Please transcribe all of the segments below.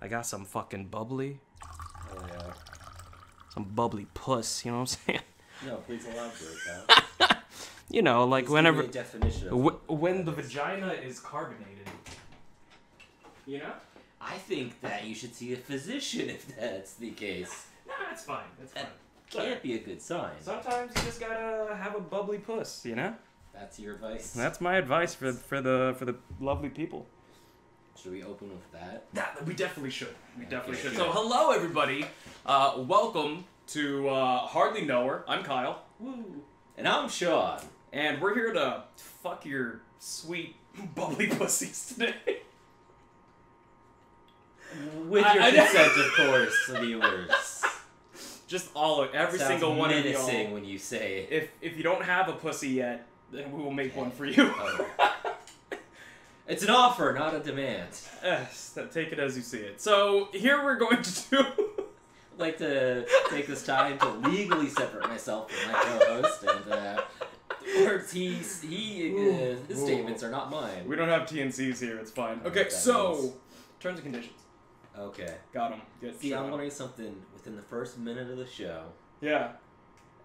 I got some fucking bubbly, Oh, yeah. some bubbly puss. You know what I'm saying? No, please elaborate that. You know, like Please give me whenever a definition of w- when the vagina is carbonated. You know? I think that you should see a physician if that's the case. No, that's fine. That's That Sorry. can't be a good sign. Sometimes you just gotta have a bubbly puss. You know? That's your advice. That's my advice for for the for the lovely people. Should we open with that? That, we definitely should. We definitely Okay. should. So hello everybody. Uh, welcome to uh, Hardly Know Her. I'm Kyle. Woo. And I'm Sean. And we're here to fuck your sweet bubbly pussies today. With I- your I- consent, of course, viewers. Just all of every Sounds single one of menacing y'all. when you say it. If if you don't have a pussy yet, then we will make one for you. Oh. It's an offer, not a demand. yes, Eh, take it as you see it. So here we're going to do. I'd like to take this time to legally separate myself from my co-host, and uh, words he he uh, his Ooh. statements are not mine. we don't have TNCs here. It's fine. know Okay, what Oh, that so means. terms and conditions. Okay. Got them. Good. See, shut I'm up. learning something within the first minute of the show. Yeah,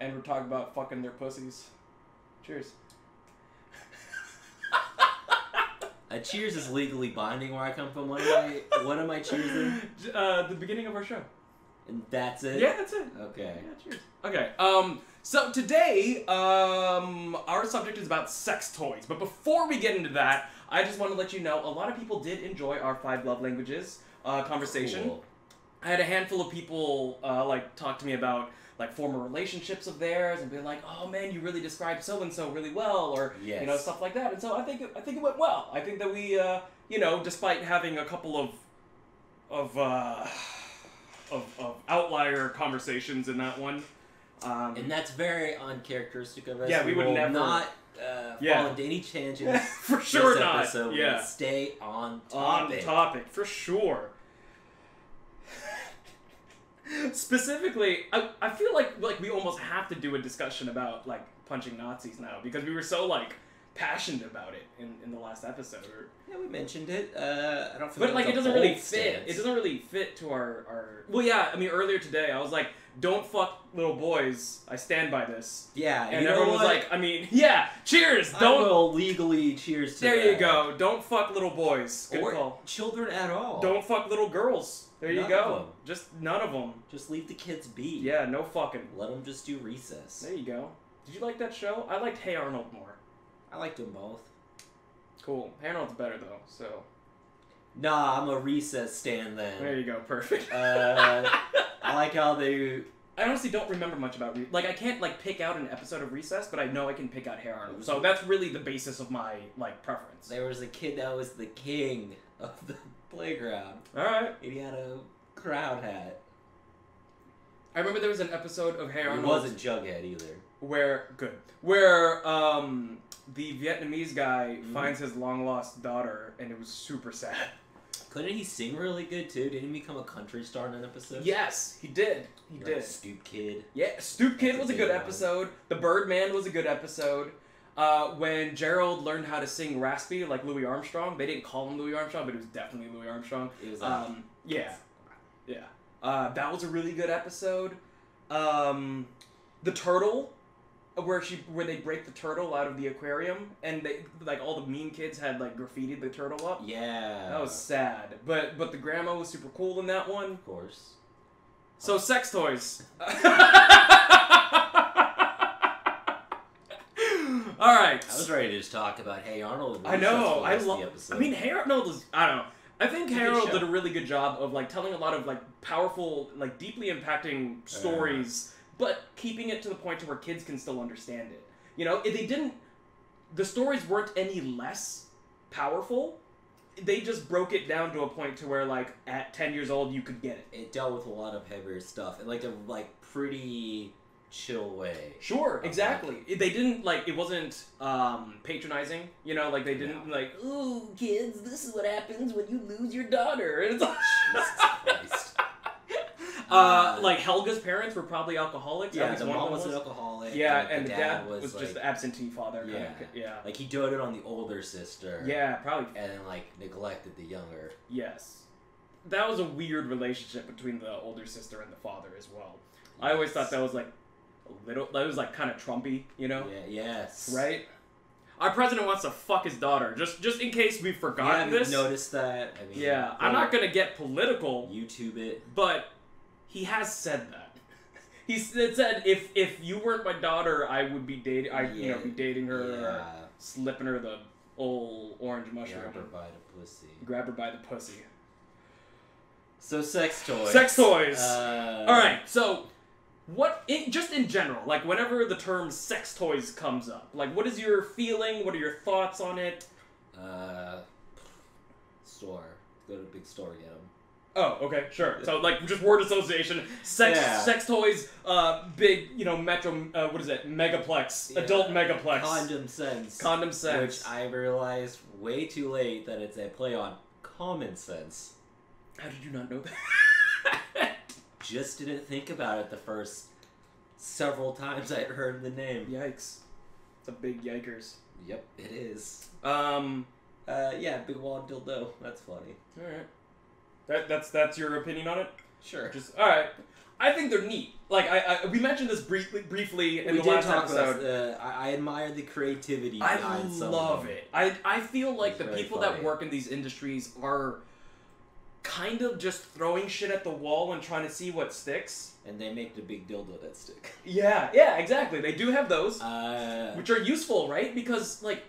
and we're talking about fucking their pussies. Cheers. A cheers is legally binding where I come from. What am I? What am I choosing? J- Uh, the beginning of our show. And that's it. Yeah, that's it. Okay. cheers. Okay. Um. So today, um, our subject is about sex toys. But before we get into that, I just want to let you know a lot of people did enjoy our five love languages uh, conversation. Cool. I had a handful of people uh, like talk to me about like former relationships of theirs and be like, "Oh man, you really described so and so really well," or you know Yes. stuff like that. And so I think it, I think it went well. I think that we uh, you know despite having a couple of of uh, of, of outlier conversations in that one. Um, And that's very uncharacteristic of us. Yeah, we would will never- Not uh, Yeah. fall into any tangents. for sure this not. episode. We yeah. stay on on topic. topic for sure. Specifically, I, I feel like like we almost have to do a discussion about like punching Nazis now because we were so like passionate about it in, in the last episode. Or, Yeah, we mentioned it. Uh, I don't feel but like it's it a doesn't really bold fit. stance. It doesn't really fit to our, our Well, yeah. I mean, earlier today I was like, "Don't fuck little boys." I stand by this, Yeah, and you know everyone was what? like, "I mean, yeah, cheers." I Don't. will legally cheers to There you that. go. Don't fuck little boys. Good or call. children at all. Don't fuck little girls. There you None go. of 'em. Just none of them. just leave the kids be. Yeah, no fucking. let them just do recess. There you go. Did you like that show? I liked Hey Arnold more. I liked them both. Cool. Hey Arnold's better though, so Nah, I'm a recess stand there then. you go. Perfect. Uh, I like how they. I honestly don't remember much about Re- like I can't like pick out an episode of Recess, but I know I can pick out Hey Arnold. So that's really the basis of my like preference. There was a kid that was the king of the playground, All right. and he had a crowd hat. I remember there was an episode of Hey He Arnold wasn't Jughead either. where good where um the Vietnamese guy Mhm. finds his long lost daughter and it was super sad. Couldn't he sing really good too? Didn't he become a country star in an episode? Yes, he did. He You're did. a stoop kid. Yeah, Stoop Kid That's was a a good big one. episode. The Birdman was a good episode. Uh, when Gerald learned how to sing raspy like Louis Armstrong, they didn't call him Louis Armstrong, but it was definitely Louis Armstrong. It was like, Um, yeah, yeah. Uh, that was a really good episode. Um, the turtle, where she where they break the turtle out of the aquarium, and they like all the mean kids had like graffitied the turtle up. yeah. That was sad, but but the grandma was super cool in that one. of course. So sex toys. All right. I was ready to just talk about Hey Arnold. I know. I love. love. I mean, Harold is. I don't know. I think It's a good Harold show. did a really good job of like telling a lot of like powerful, like deeply impacting stories, but keeping it to the point to where kids can still understand it. You know, if they didn't. The stories weren't any less powerful. They just broke it down to a point to where like at ten years old you could get it. it dealt with a lot of heavier stuff in like a like pretty chill way. Sure, Okay. exactly. It- They didn't like it wasn't um patronizing, you know, like they didn't like, "Ooh, kids, this is what happens when you lose your daughter." And it's like, Jesus Christ. uh like Helga's parents were probably alcoholics. at yeah, least the one of mom them was an was. alcoholic. Yeah, and the dad, was, like, just the absentee father kind Yeah. of yeah. like he doted on the older sister. Yeah, probably and then like neglected the younger. yes. that was a weird relationship between the older sister and the father as well. I always thought that was like a little. That was like kind of Trumpy, you know? Yeah, yes. Right. Our president wants to fuck his daughter. Just just in case we've You haven't forgotten this. noticed that. I mean, yeah, I'm not gonna get political, YouTube it. but he has said that. He s- it said if if you weren't my daughter, I would be dating. I you know be dating her, or Yeah. slipping her the old orange mushroom, Grab her by the pussy. grab her by the pussy. So sex toys. Sex toys. Uh, All right, so what in, just in general, like whenever the term sex toys comes up, like what is your feeling? What are your thoughts on it? Uh, store. Go to a big store get them. Oh, okay, sure. So like just word association, sex, Yeah. sex toys, uh, big, you know, metro, uh, what is it, megaplex, Yeah. adult megaplex, Condom sense. condom sex. Which I realized way too late that it's a play on common sense. How did you not know that? Just didn't think about it the first several times I'd heard the name. Yikes, the big yikers. Yep, it is. Um, Uh, yeah, big wad dildo. That's funny. all right, that that's that's your opinion on it. Sure. Just all right. I think they're neat. Like I, I we mentioned this briefly, briefly in we the did last talk episode. about. Uh, I, I admire the creativity. I behind some of love them. it. I I feel like It's the very people that funny. work in these industries are kind of just throwing shit at the wall and trying to see what sticks. And they make the big dildo that stick. Yeah, yeah, exactly. They do have those, Uh, which are useful, right? Because like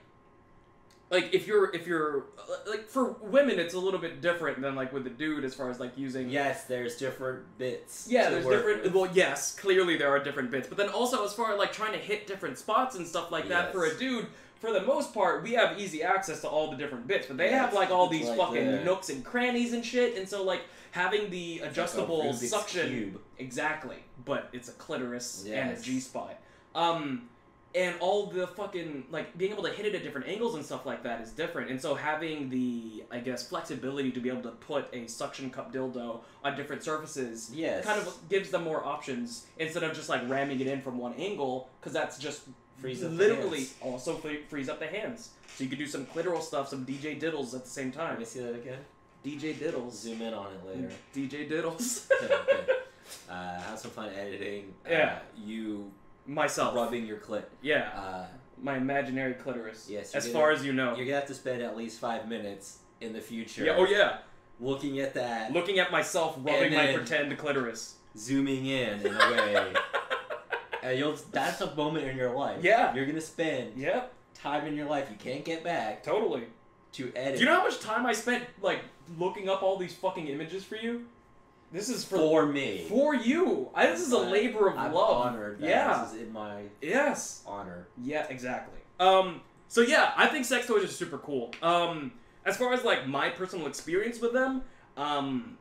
like if you're if you're like for women it's a little bit different than like with the dude as far as like using yes, there's different bits. Yeah, to there's work different. with. Well, yes, clearly there are different bits, but then also as far as like trying to hit different spots and stuff like that for a Yes. dude. For the most part, we have easy access to all the different bits, but they Yeah, have it's- like all it's these like fucking the- nooks and crannies and shit, and so like having the It's like oh, a adjustable Rubik's suction cube. exactly, but it's a clitoris and a Yes. G spot. Um, and all the fucking like being able to hit it at different angles and stuff like that is different. And so having the I guess flexibility to be able to put a suction cup dildo on different surfaces Yes. kind of gives them more options instead of just like ramming it in from one angle because that's just Frees up the literally hands. also free, frees up the hands. So you could do some clitoral stuff, some DJ diddles at the same Let time. me see that again. DJ diddles, Zoom in on it later. DJ diddles. Okay, okay. uh, have some fun editing. Yeah. Uh, you Myself, rubbing your clit. yeah, Uh, my imaginary clitoris. Yes, you as did far as you know. you're gonna have to spend at least five minutes in the future. Yeah. Oh yeah. Looking at that, Looking at myself rubbing And my then- pretend clitoris. zooming in in a way. and you'll. That's a moment in your life. Yeah. You're gonna spend yeah. time in your life you can't get back Totally. to Do edit. you know how much time I spent like looking up all these fucking images for you? This is for for me. For you. I, this is a But labor of I'm love. honored. That yeah. This is in my Yes. honor. Yeah, exactly. Um so yeah, I think sex toys are super cool. Um as far as like my personal experience with them, um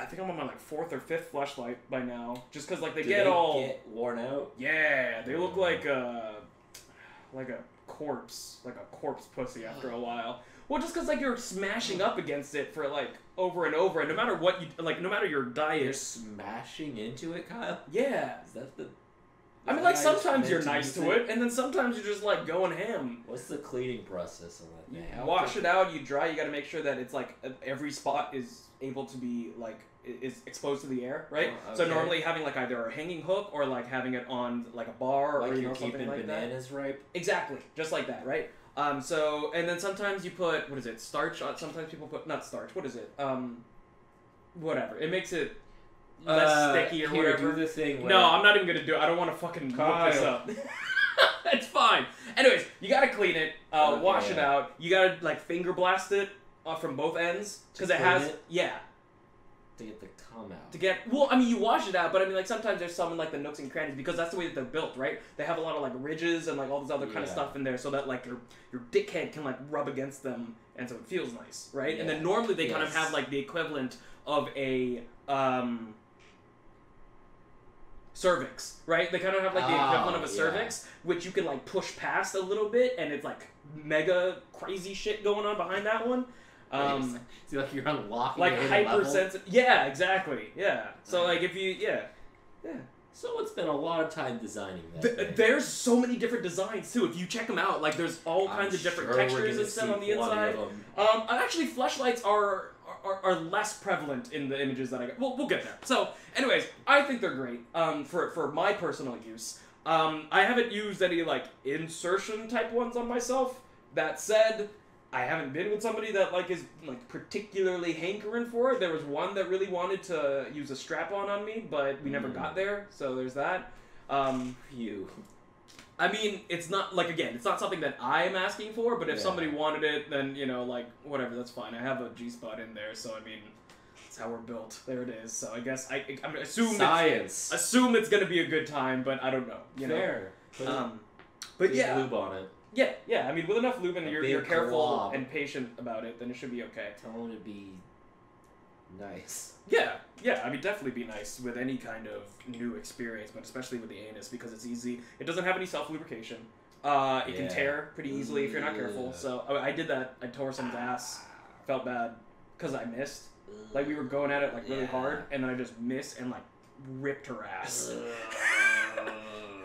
I think I'm on my like fourth or fifth flashlight by now just cuz like they Do get they all get worn out. Yeah, they look like a like a corpse, like a corpse pussy after a while. Well, just cuz like you're smashing up against it for like over and over and no matter what you like no matter your You're diet. smashing into it, Kyle. Yeah. Is that the? I mean, is like that how you're sometimes you're meant nice use to it, and then sometimes you're just like going ham. What's the cleaning process on that? You thing? How wash often- it out, you dry. You got to make sure that it's like e, every spot is able to be like i- is exposed to the air, right? Oh, So okay. normally having like either a hanging hook or like having it on like a bar or Like you you're know something keeping like that. bananas ripe. Exactly, just like that, right? Um, so and then sometimes you put what is it? Starch. on Sometimes people put not starch. What is it? Um, whatever. It makes it. Less Uh, sticky or here, whatever. Do the thing. Where No, I'm not even gonna do it. I don't want to fucking look this Kyle. up. it's fine. Anyways, you gotta clean it, uh, Okay. wash it out. You gotta like finger blast it uh, from both ends To because it clean has it? yeah to get the cum out. to get. Well, I mean you wash it out, but I mean like sometimes there's some in like the nooks and crannies because that's the way that they're built, right? They have a lot of like ridges and like all this other kind of Yeah. stuff in there, so that like your your dickhead can like rub against them, and so it feels nice, right? And then Yeah. normally they kind of Yes. have like the equivalent of a um cervix, right? They kind of have like the Ah, equivalent of a yeah. cervix, which you can like push past a little bit, and it's like mega crazy shit going on behind that one. Um, See, like you're unlocking like a hidden level. Mm. hypersensitive. Yeah, exactly. Yeah. So like if you yeah. Someone spent a lot of time designing that. Th- thing. there's so many different designs too. If you check them out, like there's all I'm kinds of different sure we're textures gonna and stuff see on the plenty inside. of 'em. Um, and actually, flashlights are, are are, are less prevalent in the images that I got. Well, we'll get there. So, anyways, I think they're great um, for for my personal use. Um, I haven't used any like insertion type ones on myself. That said, I haven't been with somebody that like is like particularly hankering for it. There was one that really wanted to use a strap on on me, but we never Mm. got there. So there's that. Um, You. I mean, it's not like again, it's not something that I am asking for. But if Yeah. somebody wanted it, then you know, like whatever, that's fine. I have a G spot in there, so I mean, that's how we're built. There it is. So I guess I, I- I'm assume it's, Science. assume it's gonna be a good time, but I don't know. You know. Fair. Put it- Um, but there's yeah, lube on it. yeah, yeah. I mean, with enough lube and A you're, big you're careful glob. and patient about it, then it should be okay. Tell him to be nice. Yeah, yeah. I mean, definitely be nice with any kind of new experience, but especially with the anus because it's easy. It doesn't have any self lubrication. Uh, it can Yeah. tear pretty easily if you're not careful. Yeah. So I, I did that. I tore someone's ass. Felt bad because I missed. Like we were going at it like really Yeah. hard, and then I just missed and like ripped her ass.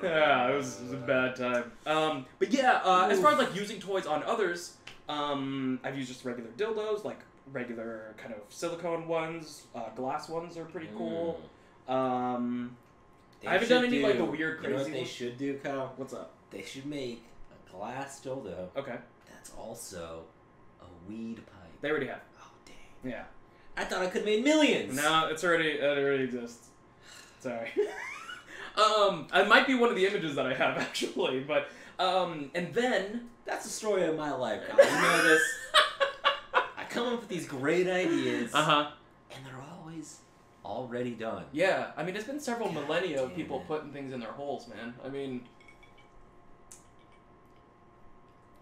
Yeah, yeah, it was, it was a bad time. Um, but yeah, uh, as far as Oof. like using toys on others, um, I've used just regular dildos, like regular kind of silicone ones. Uh, glass ones are pretty cool. Um, They I haven't should done any, like, the do- weird You know what crazy they ones. should do, Kyle? what's up? They should make a glass dildo Okay, that's also a weed pipe. they already have. Oh dang! Yeah. I thought I could have made millions. No, it's already it already exists. Sorry. um, it might be one of the images that I have actually, but um, and then That's the story of my life, Kyle. You know this. I come up with these great ideas, huh. and they're always already done. Uh-huh. Yeah, I mean, it's been several God millennia of damn people it. putting things in their holes, man. I mean,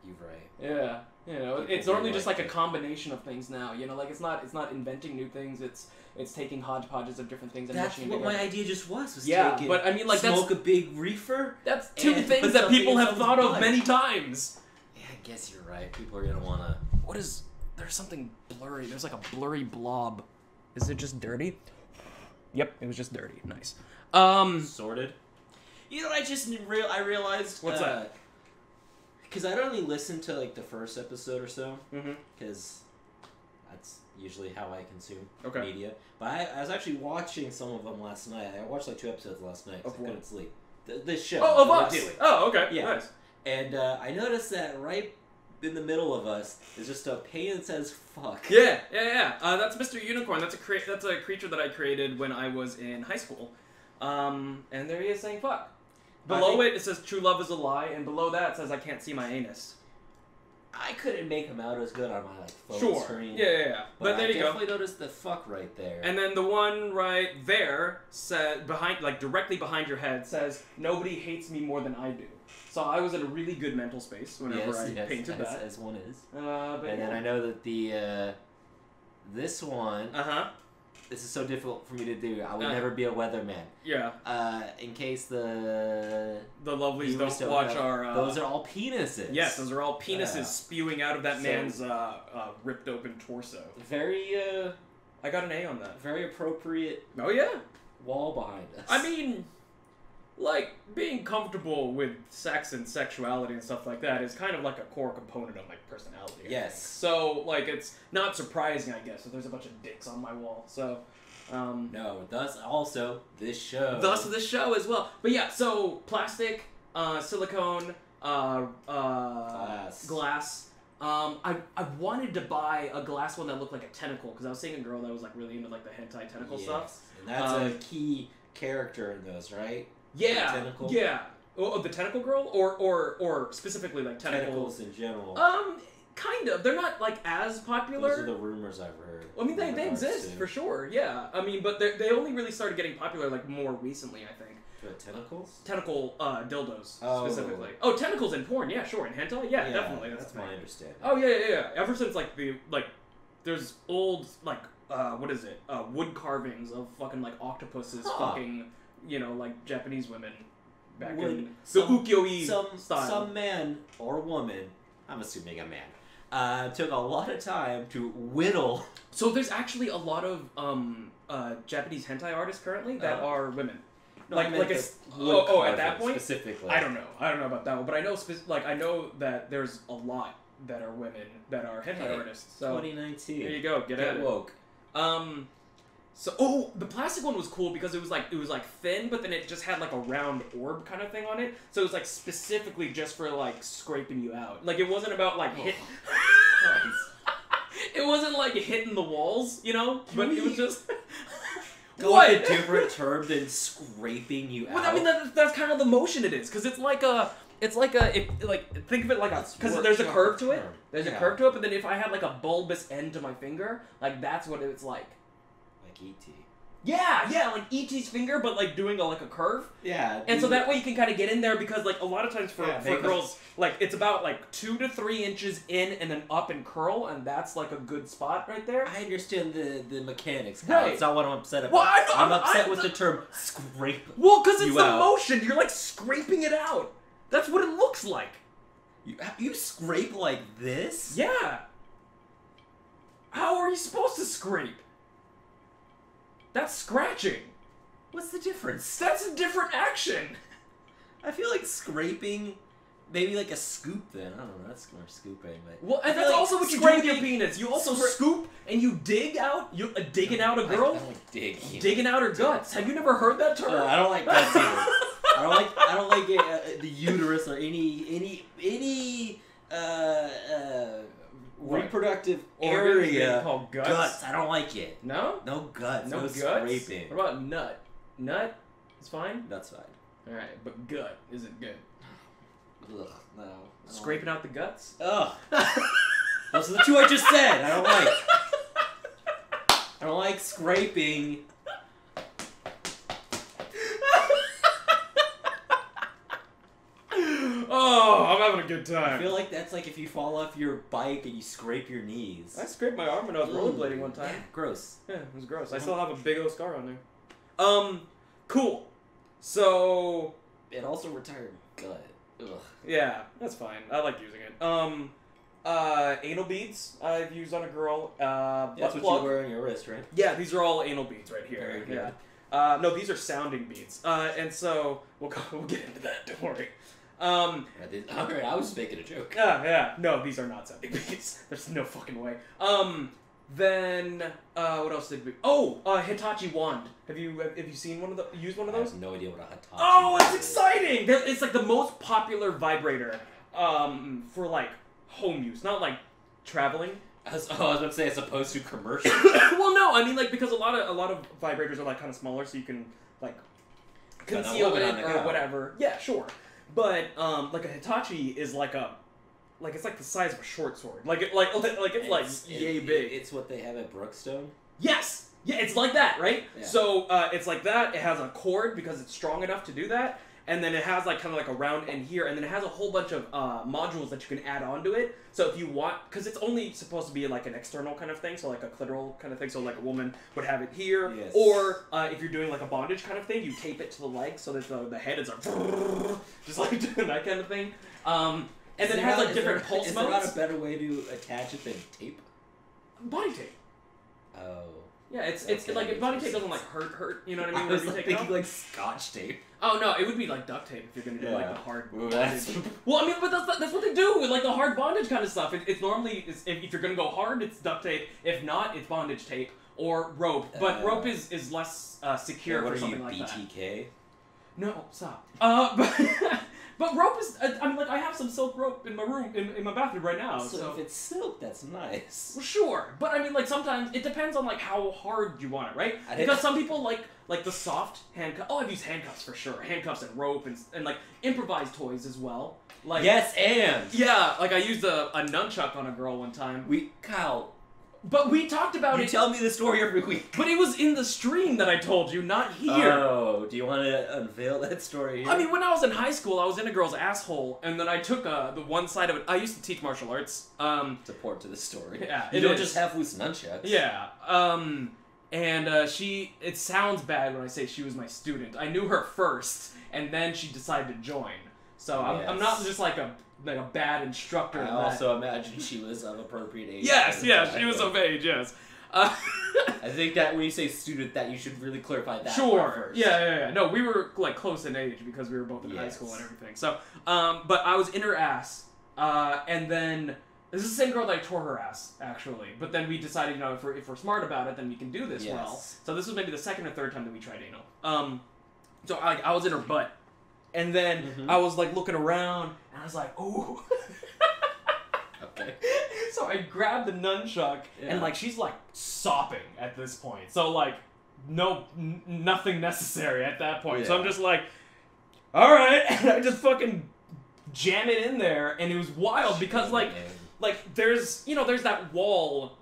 You're right. Yeah, you know, People it's normally who just like like a it. combination of things now. You know, like it's not it's not inventing new things. It's it's taking hodgepodges of different things and That's mashing it what my together. idea just was. was Yeah, taking but I mean, like smoke a big reefer. that's that's two and things put that something people in have someone's thought of butt. many times. Yeah, I guess you're right. People are gonna wanna. What is there's something blurry? There's like a blurry blob. Is it just dirty? Yep, it was just dirty. Nice. Um. sorted. You know, what I just real I realized What's that? Because I'd only listened to like the first episode or so, Mm-hmm. because that's usually how I consume Okay. media. But I, I was actually watching some of them last night. I watched like two episodes last night. 'cause Of I what? couldn't sleep. Th- this show. Oh, of that we're us. doing. Oh, okay. Yeah. Nice. And uh, I noticed that right in the middle of us is just a pain that says fuck. Yeah, yeah, yeah. Uh, that's Mr. Unicorn. That's a crea- that's a creature that I created when I was in high school. Um, and there he is saying fuck. But I Below think- it, it says true love is a lie, and below that it says I can't see my anus. I couldn't make him out as good on my like phone sure. screen. Yeah, yeah, yeah. But, But, I there you go. definitely noticed the fuck right there. And then the one right there said behind, like directly behind your head, says nobody hates me more than I do. So I was in a really good mental space whenever yes, I yes, painted as, that. as one is. Uh, but And then I know that the uh, this one Uh huh. this is so difficult for me to do. I would Uh. never be a weatherman. Yeah. Uh, in case the The lovelies viewers don't, watch know, our. Uh, those are all penises. Yes, those are all penises Yeah. spewing out of that So- man's uh, uh, ripped open torso. very uh, I got an A on that. very appropriate Oh yeah. wall behind us. I mean, like being comfortable with sex and sexuality and stuff like that is kind of like a core component of my personality. I think. Yes. So like, it's not surprising, I guess, that there's a bunch of dicks on my wall. So. Um, no. Thus, also this show. thus the show as well. But yeah, so plastic, uh, silicone, uh, uh, Glass. glass. Um, I, I wanted to buy a glass one that looked like a tentacle because I was seeing a girl that was like really into like the hentai tentacle yes. stuff. And that's a Um, key character in those, right? Yeah, The tentacle? yeah. Oh, oh, the tentacle girl, or or or specifically like tentacles. Tentacles in general. Um, kind of. They're not like as popular. those are the rumors I've heard. I mean, they, in they regards exist to- for sure. Yeah. I mean, but they they only really started getting popular like more recently, I think. The tentacles. tentacle uh, dildos Oh. specifically. Oh, tentacles in porn. Yeah, sure. In hentai. Yeah, definitely. That's, That's fine. my understanding. Oh yeah, yeah, yeah. Ever since like the like, there's old like uh, what is it? Uh, wood carvings of fucking like octopuses, Huh. fucking you know like Japanese women back Wood- in some- the ukiyo-e some style. some man or woman, I'm assuming a man, uh, took a lot of time to whittle. So there's actually a lot of um uh, Japanese hentai artists currently that Uh-huh. are women. No, Like- I meant like a the s- wood oh, oh, at that carving point? specifically. I don't know. I don't know about that one, but I know spec- like I know that there's a lot that are women that are hentai Hey, artists. So 2019. there you go. Get, Get at it. woke. Um, so oh, the plastic one was cool because it was like it was like thin, but then it just had like a round orb kind of thing on it. So it was like specifically just for like scraping you out. Like it wasn't about like hit. it wasn't like hitting the walls, you know. Can but it we- was just. Go what? with a different term than scraping you Well, out. I mean, that, that's kind of the motion it is, because it's like a, it's like a, if, like think of it like a, Let's because there's a workshop curve to the it. term. There's a Yeah. curve to it, but then if I had like a bulbous end to my finger, like that's what it's like. like E ET. Yeah, yeah, like ET's finger, but like doing a, like a curve, Yeah. and so that way you can kind of get in there because like a lot of times for, Mm-hmm. Yeah, for make a- girls, like it's about like two to three inches in and then up and curl, and that's like a good spot right there. I understand the, the mechanics. Kyle. Right. It's not what I'm upset about. Well, I know- I'm I'm- upset I- with the term scrape. Well, because it's You the out. motion, you're like scraping it out. That's what it looks like. You, you scrape like this? Yeah. How are you supposed to scrape? That's scratching. What's the difference? That's a different action. I feel like scraping, maybe like a scoop. Then I don't know. That's more scooping, but Well, and I feel that's like also what you do with your scraping- penis. You also scra- scoop and you dig out. You uh, digging out a I- I, girl, don't like digging. digging out her guts. Have you never heard that term? Uh, I don't like guts either. I don't like. I don't like uh, uh, the uterus or any any any uh, uh, What? reproductive Organ is area. called guts. Guts. I don't like it. No, No guts. no, No, guts. scraping. What about nut? Nut is fine. That's fine. All right, but gut isn't good. Ugh, no. Scraping out the guts. Ugh. Those are the two I just said. I don't like. I don't like scraping. oh, I'm having a good I time. feel like that's like if you fall off your bike and you scrape your knees. I scraped my arm when I was rollerblading one time. Yeah, gross. Yeah, it was gross. I still have a big old scar on there. Um, cool. So It also retired gut. Ugh. yeah, that's fine. I like using it. Um, uh, anal beads I've used on a girl. Uh, butt That's what plug. you wear on your wrist, right? Yeah, these are all anal beads right here. Very good. Yeah. Uh, no, these are sounding beads. Uh, and so we'll go, we'll get into that. Don't worry. Um, All right, I was just making a joke. Yeah, yeah. No, these are not sounding beads. There's no fucking way. Um, then uh, what else did we? Oh, uh, Hitachi wand. Have you have you seen one of the used one of I those? have no idea what a hot Oh, it's exciting! They're- It's like the most popular vibrator um, for like home use, not like traveling. I was, oh, I was about to say as opposed to commercial. well, no, I mean like because a lot of a lot of vibrators are like kind of smaller, so you can like Got a conceal woman it on the or cow. whatever. Yeah, sure. But um, like a Hitachi is like a like it's like the size of a short sword. Like it like like it's like It's- yay it- big. it's what they have at Brookstone. Yes. Yeah, it's like that, right? Yeah. So uh, it's like that. It has a cord because it's strong enough to do that, and then it has like kind of like a round end here, and then it has a whole bunch of uh, modules that you can add onto it. So if you want, because it's only supposed to be like an external kind of thing, so like a clitoral kind of thing, so like a woman would have it here, Yes. or uh, if you're doing like a bondage kind of thing, you tape it to the leg so that the, the head is like just like doing that kind of thing. Um, and then it has like different pulse is there modes. not a better way to attach it than tape? Body tape. Oh. Yeah, it's it's Okay, like that if body makes tape sense. doesn't like hurt hurt. You know what I mean? Oh. I Whenever was you like, take it thinking off. like scotch tape. Oh no, it would be like duct tape if you're gonna do like Yeah. the hard. Ooh, that's- well, I mean, but that's that's what they do with like the hard bondage kind of stuff. It, it's normally it's, if, if you're gonna go hard, it's duct tape. If not, it's bondage tape or rope. But Uh, rope is is less uh, secure what for are you, something like that. BTK? No, stop. Uh, but, but rope is. I, I mean, like I have some silk rope in my room in, in my bathroom right now. so, Oh, So, if it's silk, that's nice. Well, sure, but I mean, like sometimes it depends on like how hard you want it, right? I didn't- Because some people like like the soft handcuff. Oh, I've used handcuffs for sure, handcuffs and rope and and like improvised toys as well. Like yes, and yeah, like I used a, a nunchuck on a girl one time. we Kyle, But we talked about you it. tell me the story every week. but it was in the stream that I told you, not here. Oh, do you want to unveil that story? Here? I mean, when I was in high school, I was in a girl's asshole, and then I took uh, the one side of it. I used to teach martial arts. Um, support to the story. Yeah, you it don't is. just have loose nunchucks. Yeah. Um and uh, she it sounds bad when I say she was my student. I knew her first and then she decided to join. So I'm, I'm not Yes. just like a like a bad instructor. I in that. also imagine she was of appropriate age. at yes, the yes, time, she was but of age, yes. Uh, I think that when you say student, that you should really clarify that. part sure. first. Yeah, yeah, yeah. No, we were like close in age because we were both in high Yes. school and everything. So, um, but I was in her ass, uh, and then This is the same girl that I tore her ass, actually. But then we decided, you know, if we're, if we're smart about it, then we can do this Yes. well. So this was maybe the second or third time that we tried anal. Um, so I, I was in her butt, and then Mhm. I was like looking around, and I was like, ooh. Okay. so I grabbed the nunchuck, Yeah. and like she's like sopping at this point. So like, no, n- nothing necessary at that point. So Yeah. I'm just like, all right, and I just fucking jam it in there, and it was wild because like like there's you know there's that wall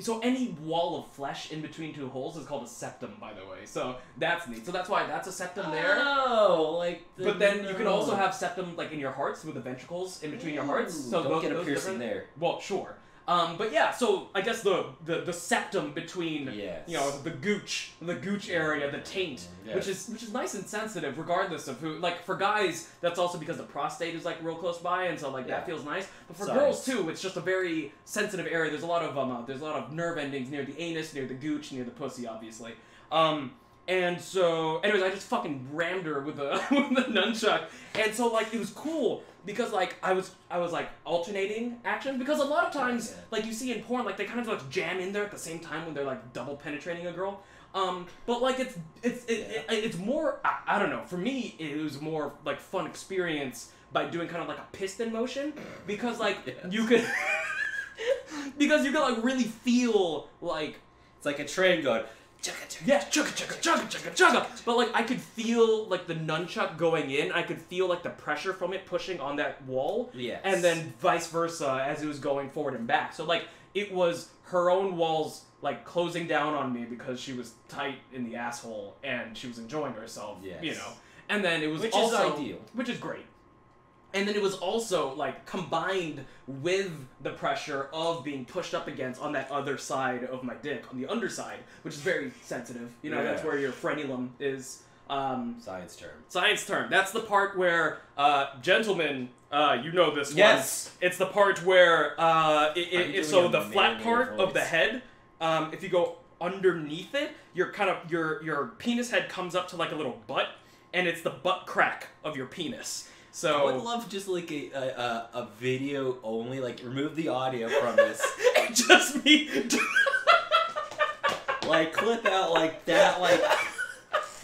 so any wall of flesh in between two holes is called a septum by the way so that's neat so that's why that's a septum there Oh, like. The, but then you can also no. have septum like in your hearts with the ventricles in between your hearts Ooh, so don't both get a those piercing different- there. well sure um but yeah so i guess the the, the septum between Yes. Mm, you know the gooch the gooch area the taint Yes. which is which is nice and sensitive regardless of who like for guys that's also because the prostate is like real close by and so like Yeah. that feels nice but for Sorry. girls too it's just a very sensitive area there's a lot of um uh, there's a lot of nerve endings near the anus near the gooch near the pussy obviously um and so anyways i just fucking rammed her with the with the nunchuck and so like it was cool because like i was i was like alternating action because a lot of times Yeah. like you see in porn like they kind of like jam in there at the same time when they're like double penetrating a girl um, but like it's it's it, Yeah. it, it's more I, I don't know. For me, it was more like fun experience by doing kind of like a piston motion because like Yes. you could because you could like really feel like It's like a train going. Chugga, chugga, yeah chugga chugga chugga chugga chugga. But like I could feel like the nunchuck going in. I could feel like the pressure from it pushing on that wall Yes. and then vice versa as it was going forward and back. So like it was her own walls like closing down on me because she was tight in the asshole and she was enjoying herself. You Yes. know, and then it was Which is also ideal. which is great. And then it was also like combined with the pressure of being pushed up against on that other side of my dick, on the underside, which is very sensitive. You know, that's Yeah. where your frenulum is. Um, Science term. Science term. That's the part where, uh, gentlemen, uh, you know this Yes. one. It's the part where, uh, it, Are you it, it, doing so a the flat man part of the voice? head, um, if you go underneath it, your kind of your your penis head comes up to like a little butt, and it's the butt crack of your penis. I would So love just like a, a, a, a video only, like remove the audio from this. just me. like clip out like that like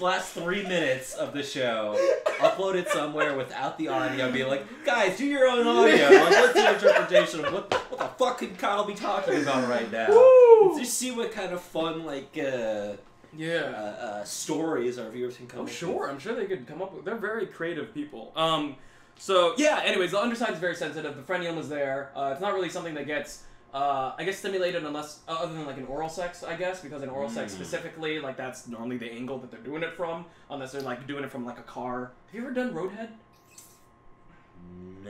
last three minutes of the show upload it somewhere without the audio and be like guys do your own audio like what's the interpretation of what, what the fuck could kyle be talking about right now Woo! just see what kind of fun like uh, uh, Yeah. uh, stories our viewers can come Oh up sure, I'm sure they could come up with. They're very creative people. Um, so yeah. Anyways, the underside is very sensitive. The frenulum is there. Uh, it's not really something that gets, uh, I guess, stimulated unless uh, other than like an oral sex, I guess, because in oral sex Mm. specifically, like that's normally the angle that they're doing it from, unless they're like doing it from like a car. Have you ever done roadhead? with.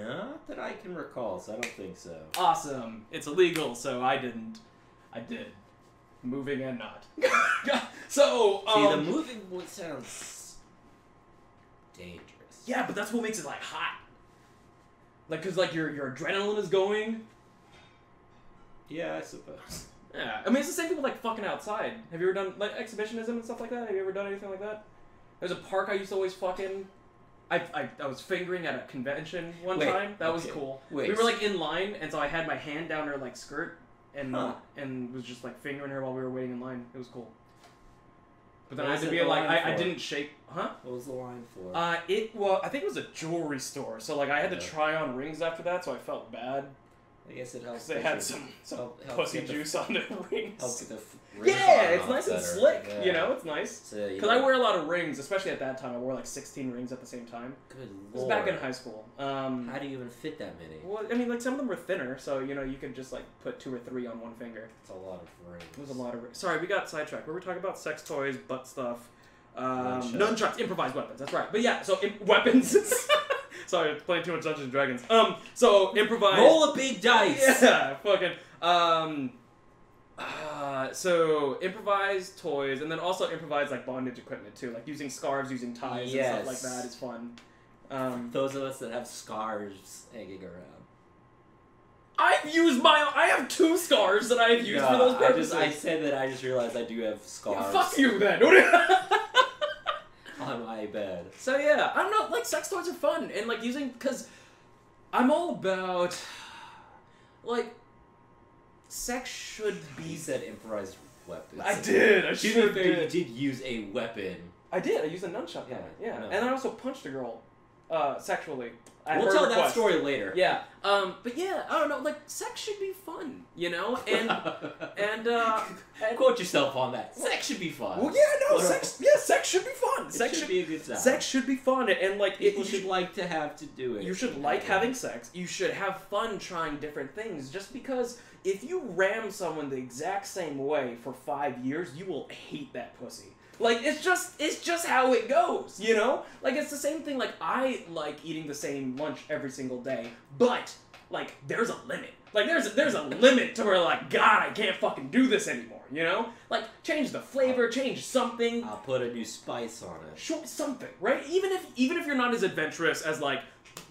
not that i can recall so i don't think so Awesome. It's illegal, so I didn't. I did. Moving and not. so um, see the moving one sounds dangerous Yeah, but that's what makes it like hot. Like, cause like your your adrenaline is going. yeah i suppose Yeah, I mean it's the same thing with like fucking outside. Have you ever done like exhibitionism and stuff like that? Have you ever done anything like that? There's a park I used to always fucking. I, I, I was fingering at a convention one Wait, time. That was okay. cool. Wait. We were like in line, and so I had my hand down her like skirt, and Huh. and was just like fingering her while we were waiting in line. It was cool. But then What I was had to it be the like line I, I for? didn't shape, huh? what was the line for Uh, it was. I think it was a jewelry store. So like I had to Yeah. try on rings after that, so I felt bad i guess it because helps they with had your- some some help- help pussy get the- juice on their helps rings. get the f- rings on Yeah, it's off nice and better. slick. Yeah. You know, it's nice. So, you Because I know, wear a lot of rings, especially at that time. I wore like 16 rings at the same time. Good It was lord. back in high school. Um, How do you even fit that many? well, I mean, like some of them were thinner, so you know you could just like put two or three on one finger. It's a lot of rings. It was a lot of. Sorry, we got sidetracked. We were talking about sex toys, butt stuff, um, Nunchucks. nunchucks, improvised weapons. That's right. But yeah, so imp- weapons. Sorry, I was playing too much Dungeons and Dragons. Um, so improvised. Roll a big dice. Yeah, fucking. Um, uh, so improvised toys, and then also improvised like bondage equipment too, like using scarves, using ties, and stuff like Yes. that is fun. Um, Those of us that have scars hanging around. I've used my. I have two scarves that I've used for those I just purposes. I said that I just realized I do have Yeah, scars fuck you then. on my bed. so yeah, I don't know. Like sex toys are fun, and like using because I'm all about. Like, sex should He be. said improvised weapons. I did. I To be sure fair, did. you did use a weapon. I did. I used a nunchuck. Yeah, Yeah, yeah. I know. And I also punched a girl, uh, sexually. at we'll her tell that request. story later. Yeah. Um. But yeah, I don't know. Like, sex should be fun, you know. And and uh. and- quote yourself on that. Sex should be fun. well, yeah, no, What a- sex. Yeah, sex should be fun. It sex should be a good time. sex should be fun, and like it, People you should like to have to do it. You should like having sex. You should have fun trying different things. Just because if you ram someone the exact same way for five years, you will hate that pussy. Like it's just it's just how it goes, you know? Like it's the same thing, like I like eating the same lunch every single day, but like there's a limit. Like there's there's a limit to where like, God, I can't fucking do this anymore, you know? Like change the flavor, change something I'll put a new spice on it. short something, right? Even if even if you're not as adventurous as like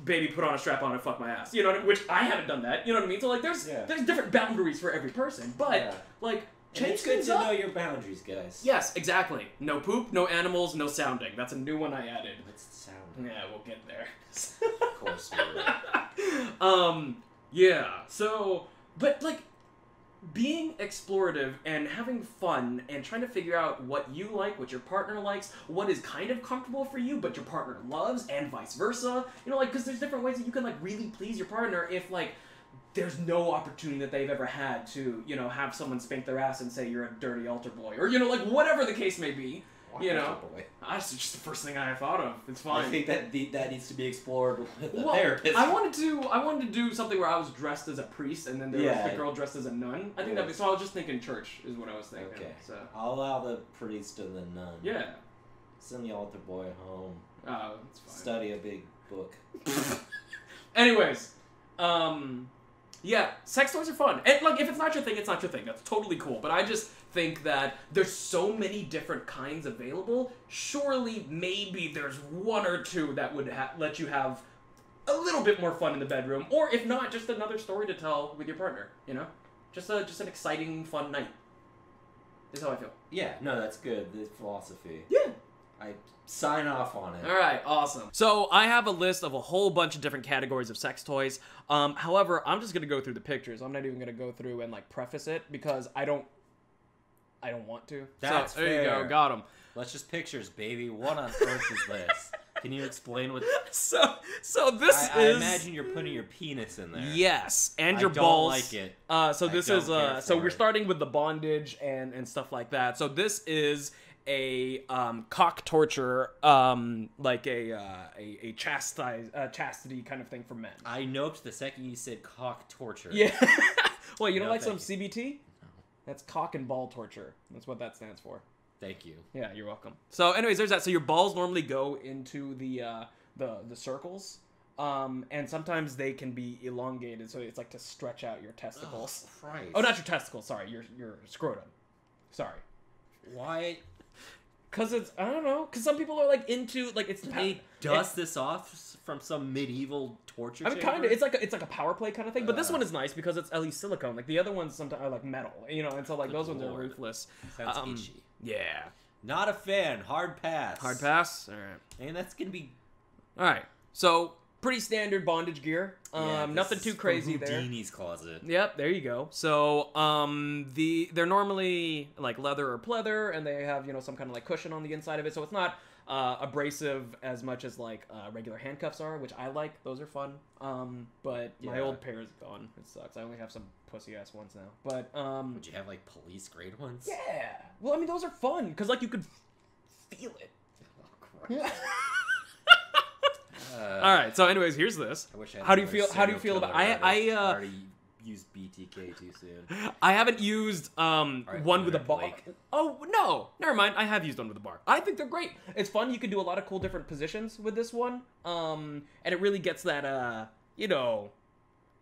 baby put on a strap on and fuck my ass. You know what I mean? Which I haven't done that. You know what I mean? So like there's Yeah. there's different boundaries for every person. But Yeah. like And change it's good things to up. know your boundaries, guys. Yes, exactly. No poop, no animals, no sounding. That's a new one I added. What's the sound? Yeah, we'll get there. Of course. we will. um yeah. So but like being explorative and having fun and trying to figure out what you like, what your partner likes, what is kind of comfortable for you but your partner loves, and vice versa. You know, like because there's different ways that you can like really please your partner if like there's no opportunity that they've ever had to you know have someone spank their ass and say you're a dirty altar boy or you know like whatever the case may be. You know. Boy. That's just the first thing I thought of. It's fine. I think that the, that needs to be explored with the Well, therapist. I wanted to I wanted to do something where I was dressed as a priest and then there was Yeah. the girl dressed as a nun. I think Yeah. that so I was just thinking church is what I was thinking. Okay. So I'll allow the priest and the nun. yeah. Send the altar boy home. Uh, it's fine. Study a big book. Anyways, um yeah, sex toys are fun. And like if it's not your thing, it's not your thing. That's totally cool. But I just think that there's so many different kinds available. Surely maybe there's one or two that would ha- let you have a little bit more fun in the bedroom or if not just another story to tell with your partner, you know? Just a just an exciting fun night. Is how I feel. Yeah, no, that's good. The philosophy. Yeah. I sign off on it. All right, awesome. So I have a list of a whole bunch of different categories of sex toys. Um, however, I'm just gonna go through the pictures. I'm not even gonna go through and like preface it because I don't, I don't want to. That's so, there you fair. go. Got him. Let's just pictures, baby. What on earth is this? Can you explain what? So, so this I, I is. imagine you're putting your penis in there. Yes, and I your don't balls. like it. Uh, so I this don't is uh, care so for we're it. starting with the bondage and and stuff like that. So this is a um, cock torture, um, like a uh, a, a chastise uh, chastity kind of thing for men. I noped the second you said cock torture. Yeah. well, you don't No, like some thank CBT? That's cock and ball torture. That's what that stands for. Thank you. Yeah, you're welcome. So, anyways, there's that. So your balls normally go into the uh, the the circles, um, and sometimes they can be elongated, so it's like to stretch out your testicles. Christ. Oh, not your testicles. Sorry, your your scrotum. Sorry. Why? Cause it's I don't know. Cause some people are like into like it's They dust this off s- from some medieval torture. I mean, kind of. It's like a, it's like a power play kind of thing. But this Uh. one is nice because it's at least silicone. Like the other ones sometimes are like metal, you know. And so like those ones are lord. ruthless. Sounds um, itchy. Yeah. Not a fan. Hard pass. Hard pass. All right. And that's gonna be All right. So pretty standard bondage gear. Um, yeah, this nothing is too from crazy there. Houdini's closet. Yep, there you go. So, um, the they're normally like leather or pleather, and they have you know some kind of like cushion on the inside of it, so it's not uh, abrasive as much as like uh, regular handcuffs are, which I like. Those are fun. Um, but my Yeah. old pair is gone. It sucks. I only have some pussy ass ones now. But um, Would you have like police grade ones? yeah. Well, I mean, those are fun because like you could feel it. Oh, Christ. Uh, All right. So, anyways, here's this. I wish I had How do you another feel- how do you serial feel about- killer I- artist. I, uh, already used BTK too soon. I haven't used um All right, one with a Leonard bar. Blake. Oh no, never mind. I have used one with a bar. I think they're great. It's fun. You can do a lot of cool different positions with this one. Um, and it really gets that uh, you know,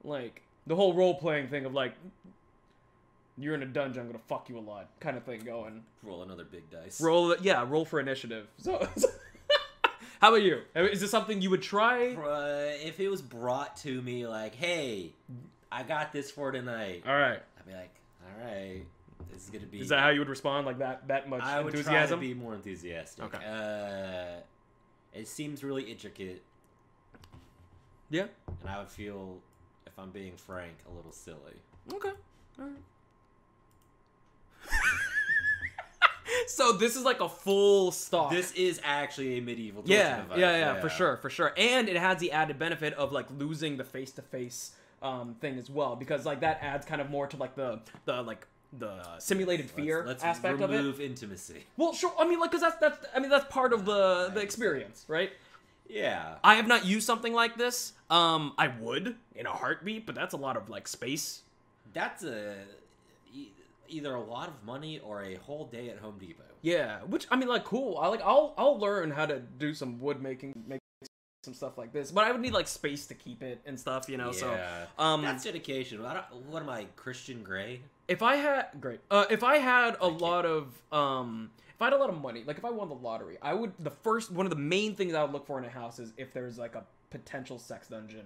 like the whole role playing thing of like, you're in a dungeon. I'm gonna fuck you a lot, kind of thing going. Roll another big dice. Roll, yeah, roll for initiative. So, how about you? Is this something you would try? Bruh, uh, if it was brought to me like, hey, I got this for tonight, All right. I'd be like, all right, this is gonna be. Uh, Is that how you would respond? Like that? That much I would enthusiasm? try to be more enthusiastic. Okay. Uh, it seems really intricate, yeah. and I would feel if if I'm being frank, a little silly. Okay. so this is like a full stock. This is actually a medieval version yeah, of yeah, us, yeah, for sure, for sure. And it has the added benefit of like losing the face to face um thing as well because like that adds kind of more to like the the like the simulated Let's- fear let's aspect of it. remove intimacy. Well, sure. I mean, like, cause that's that's I mean that's part of the the experience, right? Yeah. I have not used something like this. Um, I would in a heartbeat, but that's a lot of like space. That's a e- either a lot of money or a whole day at Home Depot. Yeah, which I mean, like, cool. I like, I'll I'll learn how to do some wood making, make some stuff like this. But I would need like space to keep it and stuff, you know. Yeah. So, um, That's dedication. I don't, what am I, Christian Grey? if I had great, uh, if I had a Thank you. lot of um, if I had a lot of money, like if I won the lottery, I would the first one of the main things I would look for in a house is if there's like a potential sex dungeon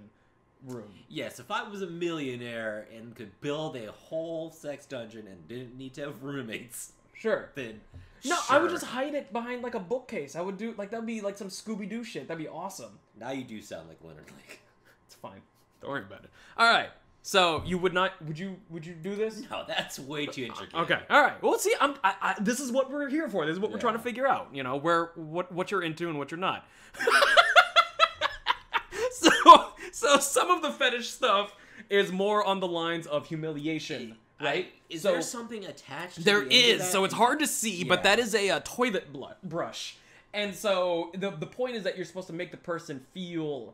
room. Yes, if I was a millionaire and could build a whole sex dungeon and didn't need to have roommates, Sure. then No, I would sure. just hide it behind like a bookcase. I would do like that'd be like some Scooby Doo shit. That'd be awesome. Now you do sound like Leonard Lake. It's fine. Don't worry about it. All right. So you would not? Would you? Would you do this? No, that's way too intricate. Okay. All right. Well, see, I'm. I, I, this is what we're here for. This is what we're Yeah. trying to figure out. You know, where what what you're into and what you're not. so so some of the fetish stuff is more on the lines of humiliation, I- right? is so there something attached? To there the end of is. that? So it's hard to see, but Yeah. that is a, uh toilet blu- brush. And so the the point is that you're supposed to make the person feel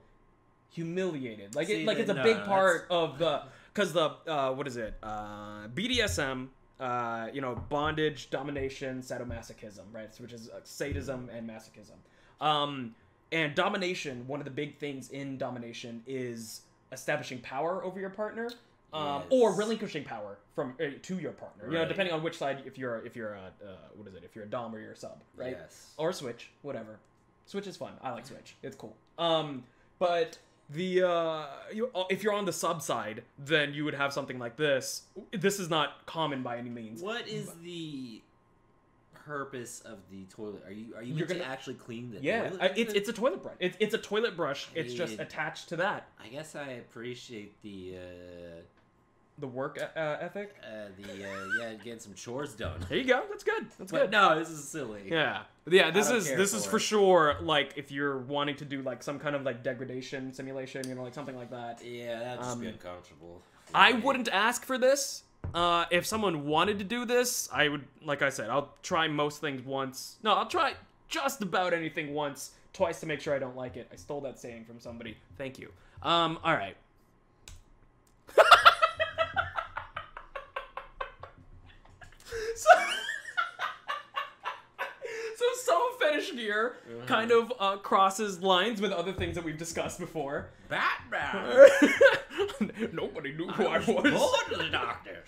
humiliated. Like See, it, like then- it's a no, big that's- part of the because the uh, what is it uh, BDSM. Uh, you know, bondage, domination, sadomasochism, right? Which is uh, sadism and masochism. Um, and domination, one of the big things in domination is establishing power over your partner, um, or Yes. relinquishing power from uh, to your partner. You know, Right. depending on which side, if you're if you're a uh, what is it? If you're a dom or you're a sub, right? Yes. Or switch, whatever. Switch is fun. I like switch. It's cool. Um, but the uh, you, uh, if you're on the sub side, then you would have something like this. This is not common by any means. What is the purpose of the toilet? Are you are you You're meant to gonna- actually clean the Yeah, toilet? uh, it's it's a toilet brush. It's it's a toilet brush. It's just Dude. attached to that. I guess I appreciate the uh, The work uh, uh, ethic. uh, the uh, yeah getting some chores done. There you go. That's good. That's But good. no, this is silly. Yeah. Yeah, this don't is care this is for for it. sure like if you're wanting to do like some kind of like degradation simulation, you know, like something like that. Yeah, that'd just be Um, uncomfortable. I Right. wouldn't ask for this. Uh, if someone wanted to do this, I would like I said, I'll try most things once. No, I'll try just about anything once, twice to make sure I don't like it. I stole that saying from somebody. Thank you. Um, all right. so, so some fetish gear kind of uh, crosses lines with other things that we've discussed before. Batman. Nobody knew I who I was was. born to the doctor.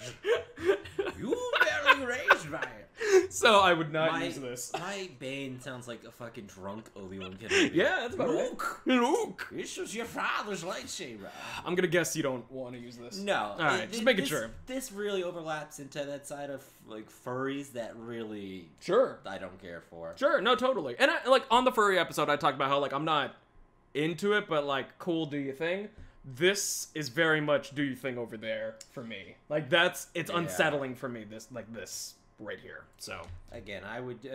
You were raised by it. so I would not my, use this. my Bane sounds like a fucking drunk Obi Wan Kenobi. Yeah, that's about right. Luke, Luke. this was your father's lightsaber. I'm gonna guess you don't want to use this. No, all right, just making this, sure. This really overlaps into that side of like furries that really Sure. I don't care for. Sure. No, totally. And I, like on the furry episode, I talked about how like I'm not into it, but like cool, do your thing. This is very much do your thing over there for me. Like that's it's Yeah. unsettling for me. This like this right here. So Again, I would uh,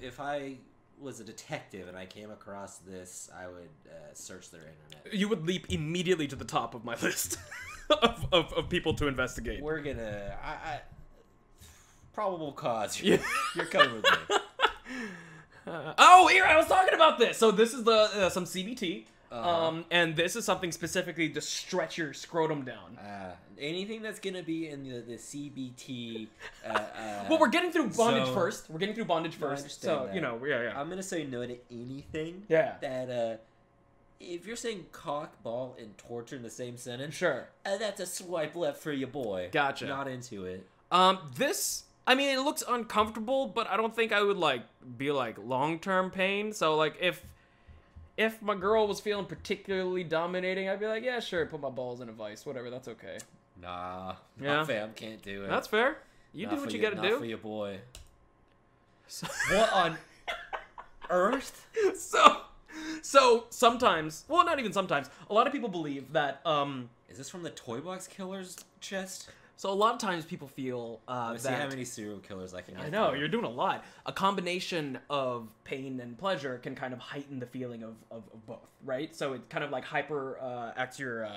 if, if I was a detective and I came across this, I would uh, search their internet. you would leap immediately to the top of my list of, of of people to investigate. We're gonna I, I probable cause. Yeah. You're coming with me. Uh, oh, here I was talking about this. So this is the uh, some CBT, Uh-huh. um, and this is something specifically to stretch your scrotum down. Uh, anything that's gonna be in the, the CBT. Uh, uh, well, we're getting through bondage so- first. We're getting through bondage No, I first. understand So that. you know, yeah, yeah, I'm gonna say no to anything. Yeah. That uh, if you're saying cock, ball, and torture in the same sentence, sure. uh, that's a swipe left for your boy. Gotcha. Not into it. Um, this. I mean, it looks uncomfortable, but I don't think I would like be like long term pain. So like if if my girl was feeling particularly dominating, I'd be like, yeah, sure, put my balls in a vice, whatever, that's okay. Nah. Yeah. My fam can't do it. That's fair. You Not do what for you your- gotta not for do. your boy. So- What on earth? so so sometimes well not even sometimes a lot of people believe that um Is this from the Toy Box Killer's chest? So a lot of times people feel uh, Let's see that how many serial killers I can get. I know through. you're doing a lot. A combination of pain and pleasure can kind of heighten the feeling of, of, of both, right? So it kind of like hyper uh, acts your uh,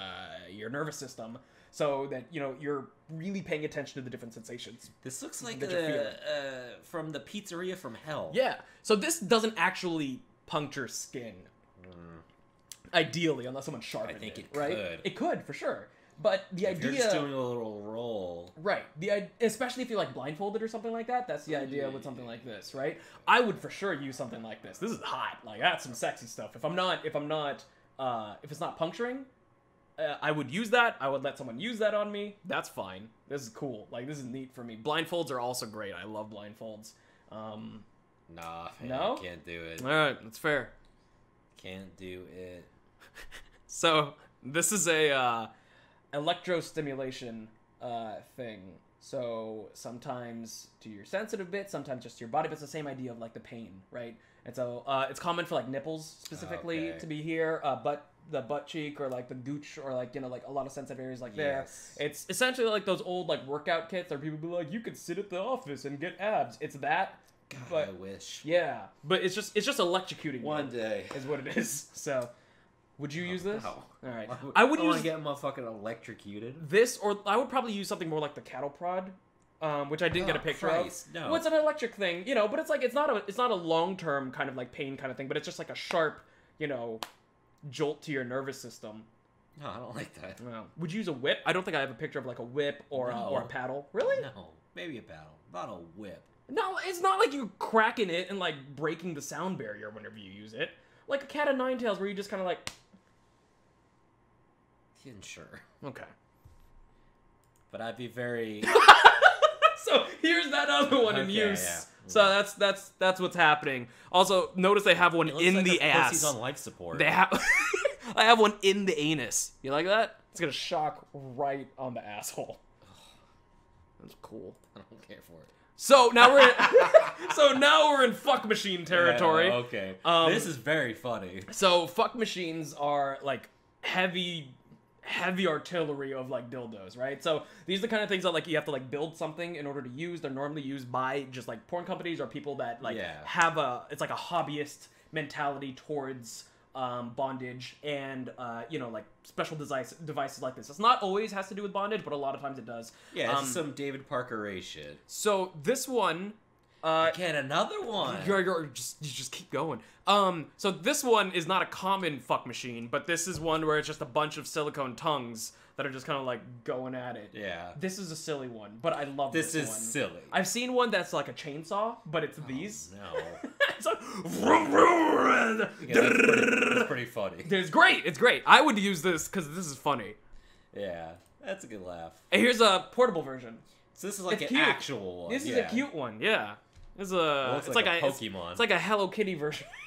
your nervous system, so that you know you're really paying attention to the different sensations. This looks like That uh, you're uh, from the pizzeria from hell. Yeah. So this doesn't actually puncture skin, ideally, unless someone sharpened Mm. think it Right? could. It could for sure. But the uh, If idea you're just doing a little roll. Right. The i- especially if you're like blindfolded or something like that. That's the idea with something like this, right? I would for sure use something like this. This is hot. Like that's some sexy stuff. If I'm not, if I'm not, uh, if it's not puncturing, uh, I would use that. I would let someone use that on me. That's fine. This is cool. Like this is neat for me. Blindfolds are also great. I love blindfolds. Um, Nah, man, No? can't do it. all right, that's fair. Can't do it. So this is a uh, electrostimulation uh, thing. So sometimes to your sensitive bit, sometimes just to your body, but it's the same idea of like the pain, right? And so uh, it's common for like nipples specifically Okay. to be here, uh, butt, the butt cheek, or like the gooch, or like you know, like a lot of sensitive areas like there. Yes. It's essentially like those old like workout kits, where people be like, you could sit at the office and get abs. It's that, God, I but wish. yeah, but it's just it's just electrocuting you One Oh, day. is what it is. So, would you use this? no. All right. would- I would wanna use get motherfucking electrocuted. this, or I would probably use something more like the cattle prod, um, which I didn't get a Oh, picture Christ, of. no. Well, it's an electric thing, you know, but it's like it's not a it's not a long term kind of like pain kind of thing, but it's just like a sharp, you know, jolt to your nervous system. No, I don't like that. Wow. Would you use a whip? I don't think I have a picture of like a whip or a, No. or a paddle. Really? No, maybe a battle, not a whip. No, it's not like you cracking it and like breaking the sound barrier whenever you use it. Like a cat of nine tails, where you just kind of like Yeah, sure, okay. but I'd be very. So here's that other one in Okay, use. yeah. So that's that's that's what's happening. Also, notice they have one It looks in like the He's ass. on life support. They have. I have one in the anus. You like that? It's gonna shock right on the asshole. That's cool. I don't care for it. So now we're in, so now we're in fuck machine territory. Yeah, okay, Um, this is very funny. So fuck machines are like heavy heavy artillery of like dildos, right? So these are the kind of things that like you have to like build something in order to use. They're normally used by just like porn companies or people that like Yeah. have a it's like a hobbyist mentality towards um, bondage and uh, you know like special device, devices like this. It's not always has to do with bondage, but a lot of times it does. Yeah, it's Um, some David Parker Ray shit. so this one uh, Get another one. you're, you're just you just keep going. Um, so this one is not a common fuck machine, but this is one where it's just a bunch of silicone tongues that are just kind of like going at it. yeah, This is a silly one, but I love this, this is one. silly. Oh. I've seen one that's like a chainsaw, but it's these. no, it's like, vroom, vroom, yeah, that's, pretty, that's pretty funny. It's great. It's great. I would use this because this is funny. Yeah, that's a good laugh. And here's a portable version. So this is like It's an cute. actual one. This is a yeah. cute one. Yeah. It's a. looks it's like like, a a, it's- Pokemon. It's, like a Hello Kitty version.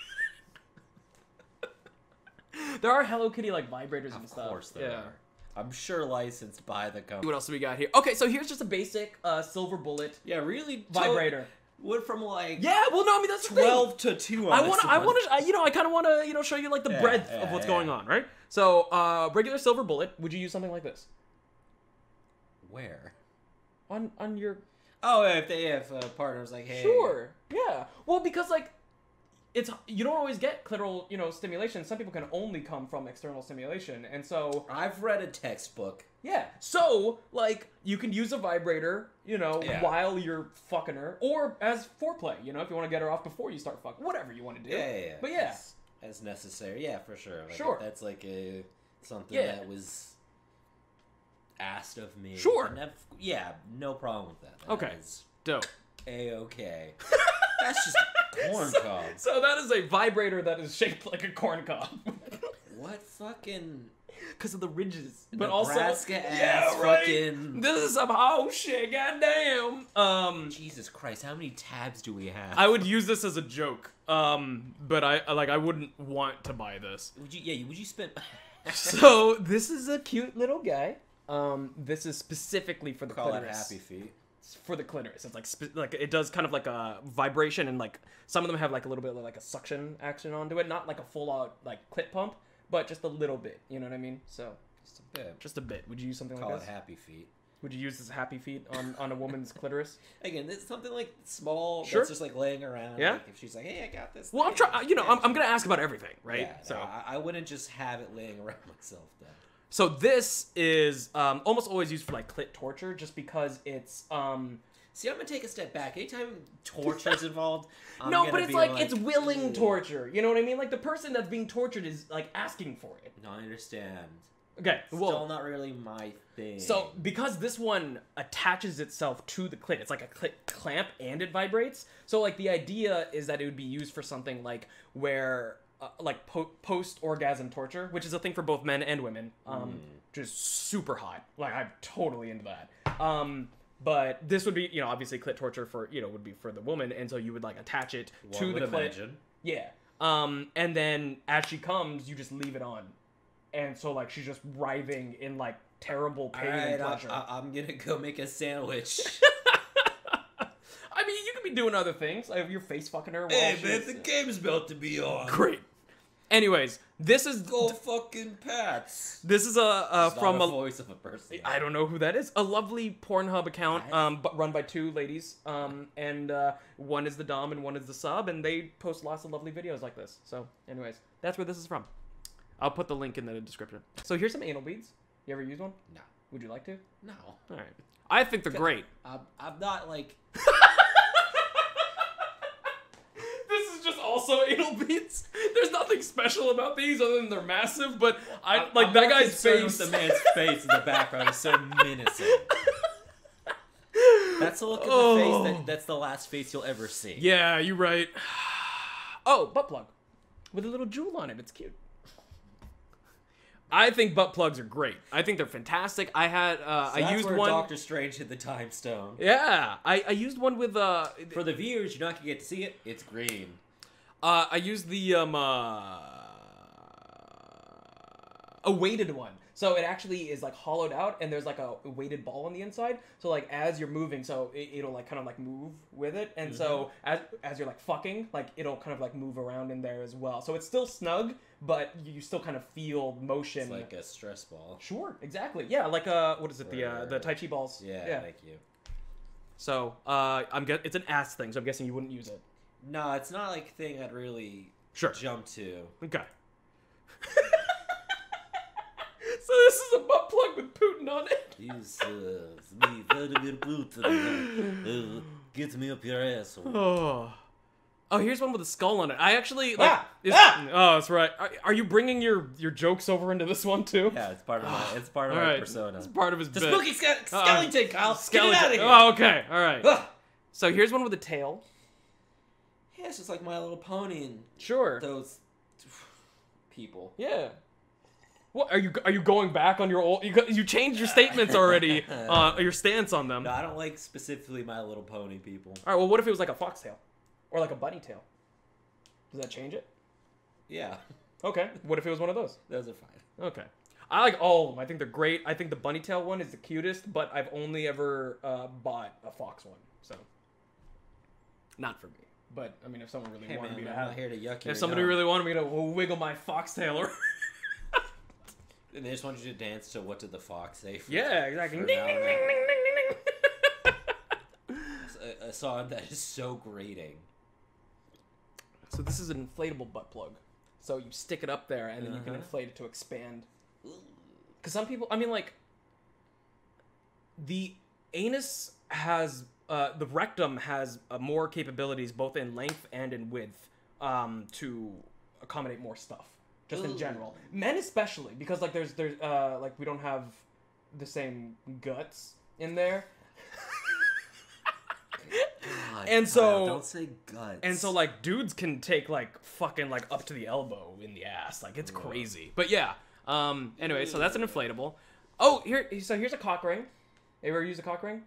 there are Hello Kitty like vibrators and Of stuff. course, there yeah. are. I'm sure licensed by the What company. else do we got here? Okay, so here's just a basic uh, silver bullet Yeah, really. vibrator. Went from like Yeah. Well, no, I mean that's the thing. twelve to two. On I this want to, I one. want to, you know, I kind of want to, you know, show you like the Yeah, breadth yeah, of what's yeah. going on, right? So, uh, regular silver bullet. Would you use something like this Where? on on your Oh, if they if a partner's like, hey, Sure. Yeah. Well, because like it's you don't always get clitoral, you know, stimulation. Some people can only come from external stimulation. And so, I've read a textbook. yeah. So, like you can use a vibrator, you know, Yeah. while you're fucking her or as foreplay, you know, if you want to get her off before you start fucking, whatever you want to do. Yeah, yeah, yeah. But yeah. as, as necessary. Yeah, for sure. Like, if Sure. that's like a something Yeah. that was asked of me. Sure. and I've- yeah, no problem with that. Okay. Dope. A okay. That's just corn cob. So that is a vibrator that is shaped like a corn cob What fucking because of the ridges, but Nebraska also ass yeah, right? fucking- This is some whole shit. Goddamn. Um. Jesus Christ? How many tabs do we have? I would use this as a joke, um, but I I- like I wouldn't want to buy this. would you? Yeah, you- would you spend? So this is a cute little guy. Um, this is specifically for the Call it clitoris. happy feet. It's for the clitoris. It's like spe- like it does kind of like a vibration and like some of them have like a little bit of like a suction action onto it, not like a full out like clit pump, but just a little bit. You know what I mean? So Just a bit. Just a bit. Would you use something Call like it this? happy feet. Would you use this happy feet on, on a woman's clitoris? Again, it's something like small Sure. that's just like laying around. Yeah. Like if she's like, hey, I got this. Well, I'm thing." trying. You know, Yeah, I'm, just- I'm gonna ask about everything, right? Yeah, no, so, I, I wouldn't just have it laying around myself though. so this is um, almost always used for like clit torture, just because it's um, See, I'm gonna take a step back. Anytime torture is involved, I'm no, gonna but it's be like, it's willing "Ooh." torture. You know what I mean? Like the person that's being tortured is like asking for it. No, I understand. Okay, Still well, not really my thing. so because this one attaches itself to the clit, it's like a clit clamp and it vibrates. So like the idea is that it would be used for something like where. Uh, like po- post orgasm torture, which is a thing for both men and women. Hmm. Um, just super hot. Like I'm totally into that. Um, but this would be, you know, obviously clit torture for, you know, would be for the woman, and so you would like attach it One to the would clit. imagine. Yeah. Um, and then as she comes, you just leave it on, and so like she's just writhing in like terrible pain and Alright, I, pleasure. I, I'm gonna go make a sandwich. I mean, you could be doing other things, like your face fucking her. While she's- game's about to be on. great. Anyways, this is fucking Pats. this is a uh, from Not a a voice of a person. I don't know who that is. A lovely Pornhub account, Nice. um, but run by two ladies, um, and uh, one is the dom and one is the sub, and they post lots of lovely videos like this. So, anyways, that's where this is from. I'll put the link in the description. So here's some anal beads. You ever use one? No, Would you like to? no. All right. I think they're great. I'm, I'm not like. This is just also anal beads. There's nothing special about these other than they're massive, but I I'm- like I'm that more guy's concerned face. With the man's face in the background is so menacing. That's a look at the face. Oh. That, that's the last face you'll ever see. yeah, you're right. Oh, butt plug. With a little jewel on it. It's cute. I think butt plugs are great. I think they're fantastic. I had uh, So I that's used where one. Doctor Strange hit the time stone. Yeah, I, I used one with uh, For the viewers, you're not gonna get to see it. It's green. Uh, I used the um, uh, a weighted one. So it actually is like hollowed out, and there's like a weighted ball on the inside. So like as you're moving, so it, it'll like kind of like move with it, and so Mm-hmm. as as you're like fucking, like it'll kind of like move around in there as well. So it's still snug, but you still kind of feel motion. It's like a stress ball. sure, exactly, yeah. Like uh, what is it? The uh, the Right. tai chi balls. Yeah, yeah. thank you. So uh, I'm gu- it's an ass thing, so I'm guessing you wouldn't use it. No, it's not like a thing I'd really Sure. jump to. Okay. so this is a butt plug with Putin on it. This is me, Vladimir Putin. Uh, get me up your ass. Oh. Oh, here's one with a skull on it. I actually like. Ah! is- Ah! Oh, that's right. Are, are you bringing your your jokes over into this one too? Yeah, it's part of my. It's part of All my right. persona. It's part of his The bit. spooky sca- Uh-uh. skeleton, Kyle. Skeleton. Get it out Oh, okay. All right. of here. Ugh. So here's one with a tail. Yeah, it's just like My Little Pony and Sure. those people. yeah. What are you are you going back on your old? You go- you changed your statements already. uh, your stance on them. No, I don't like specifically My Little Pony people. All right. Well, what if it was like a foxtail, or like a bunny tail? Does that change it? Yeah, Okay. What if it was one of those? those are fine. Okay. I like all of them. I think they're great. I think the bunny tail one is the cutest, but I've only ever uh, bought a fox one, so not for me. But I mean, if someone really Hey wanted man, me I'm to have, not here to yuck you. if somebody really wanted me to wiggle my fox tail, or and they just want you to dance to what did the fox say? For yeah, exactly. For Ding, now ding, and ding, then. ding, ding, ding, ding. It's a, a song that is so grating. so this is an inflatable butt plug. So you stick it up there, and then you can Uh-huh. inflate it to expand Ooh. Because some people, I mean, like, the anus has, uh, the rectum has uh, more capabilities both in length and in width um, to accommodate more stuff, just in Ooh. general. Men especially, because, like, there's, there's, uh, like, we don't have the same guts in there. God, And Kyle, so- don't say guts. And so, like, dudes can take, like, fucking, like, up to the elbow in the ass. Like, it's crazy. But yeah. Um, anyway, so that's an inflatable. Oh, here, so here's a cock ring. You ever use a cock ring?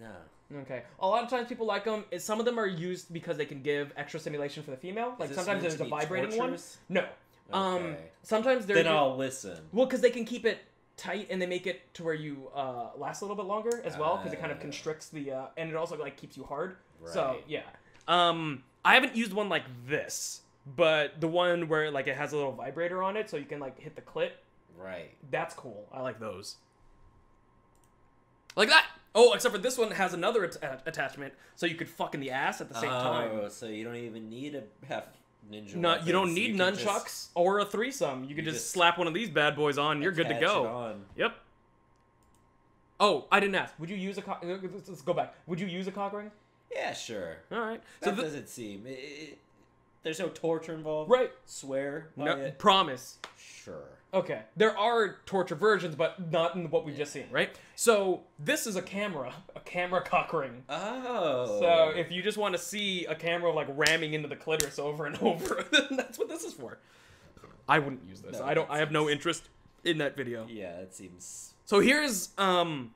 no, Okay. A lot of times people like them. Is some of them are used because they can give extra stimulation for the female. Like this sometimes meant there's to a be vibrating one. torturous? No. Um. Okay. Sometimes they're then ju- I'll listen. well because they can keep it tight and they make it to where you uh, last a little bit longer as well because it kind of Ah. constricts the uh, and it also like keeps you hard. So Right. yeah. Um. I haven't used one like this, but the one where like it has a little vibrator on it, so you can like hit the clit Right. That's cool. I like those. Like that. Oh, except for this one has another at- attachment, so you could fuck in the ass at the same time. Oh, so you don't even need to have ninja. No, you don't weapons. need can nunchucks or a threesome. You can you just, just slap one of these bad boys on. You're good to attach it go. on. Yep. Oh, I didn't ask. Would you use a cock? Let's let's go back. Would you use a cock ring? Yeah, sure. All right. That so th- doesn't seem. i i there's no torture involved. right. Swear by No, it. promise. Sure. Okay. There are torture versions, but not in what we've just seen, right? So this is a camera, a camera cock ring. Oh. So if you just want to see a camera like ramming into the clitoris over and over, then that's what this is for. I wouldn't use this. No, I don't. that I have no interest in that video. Yeah, it seems. So here's um.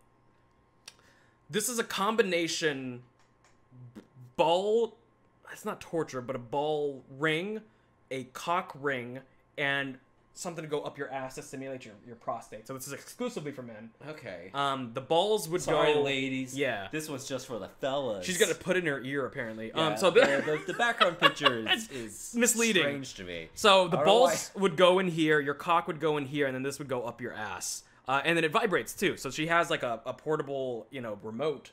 This is a combination b- ball. It's not torture, but a ball ring, a cock ring, and something to go up your ass to stimulate your, your prostate. So this is exclusively for men. Okay. Um, the balls would Sorry, go. ladies. yeah. This one's just for the fellas. She's gonna put it in her ear apparently. Yeah, um, so the, the, the, the background picture is, That's is misleading. Strange to me. So the I don't know balls would go in here, your cock would go in here, and then this would go up your ass. Uh, and then it vibrates too. So she has like a, a portable, you know, remote.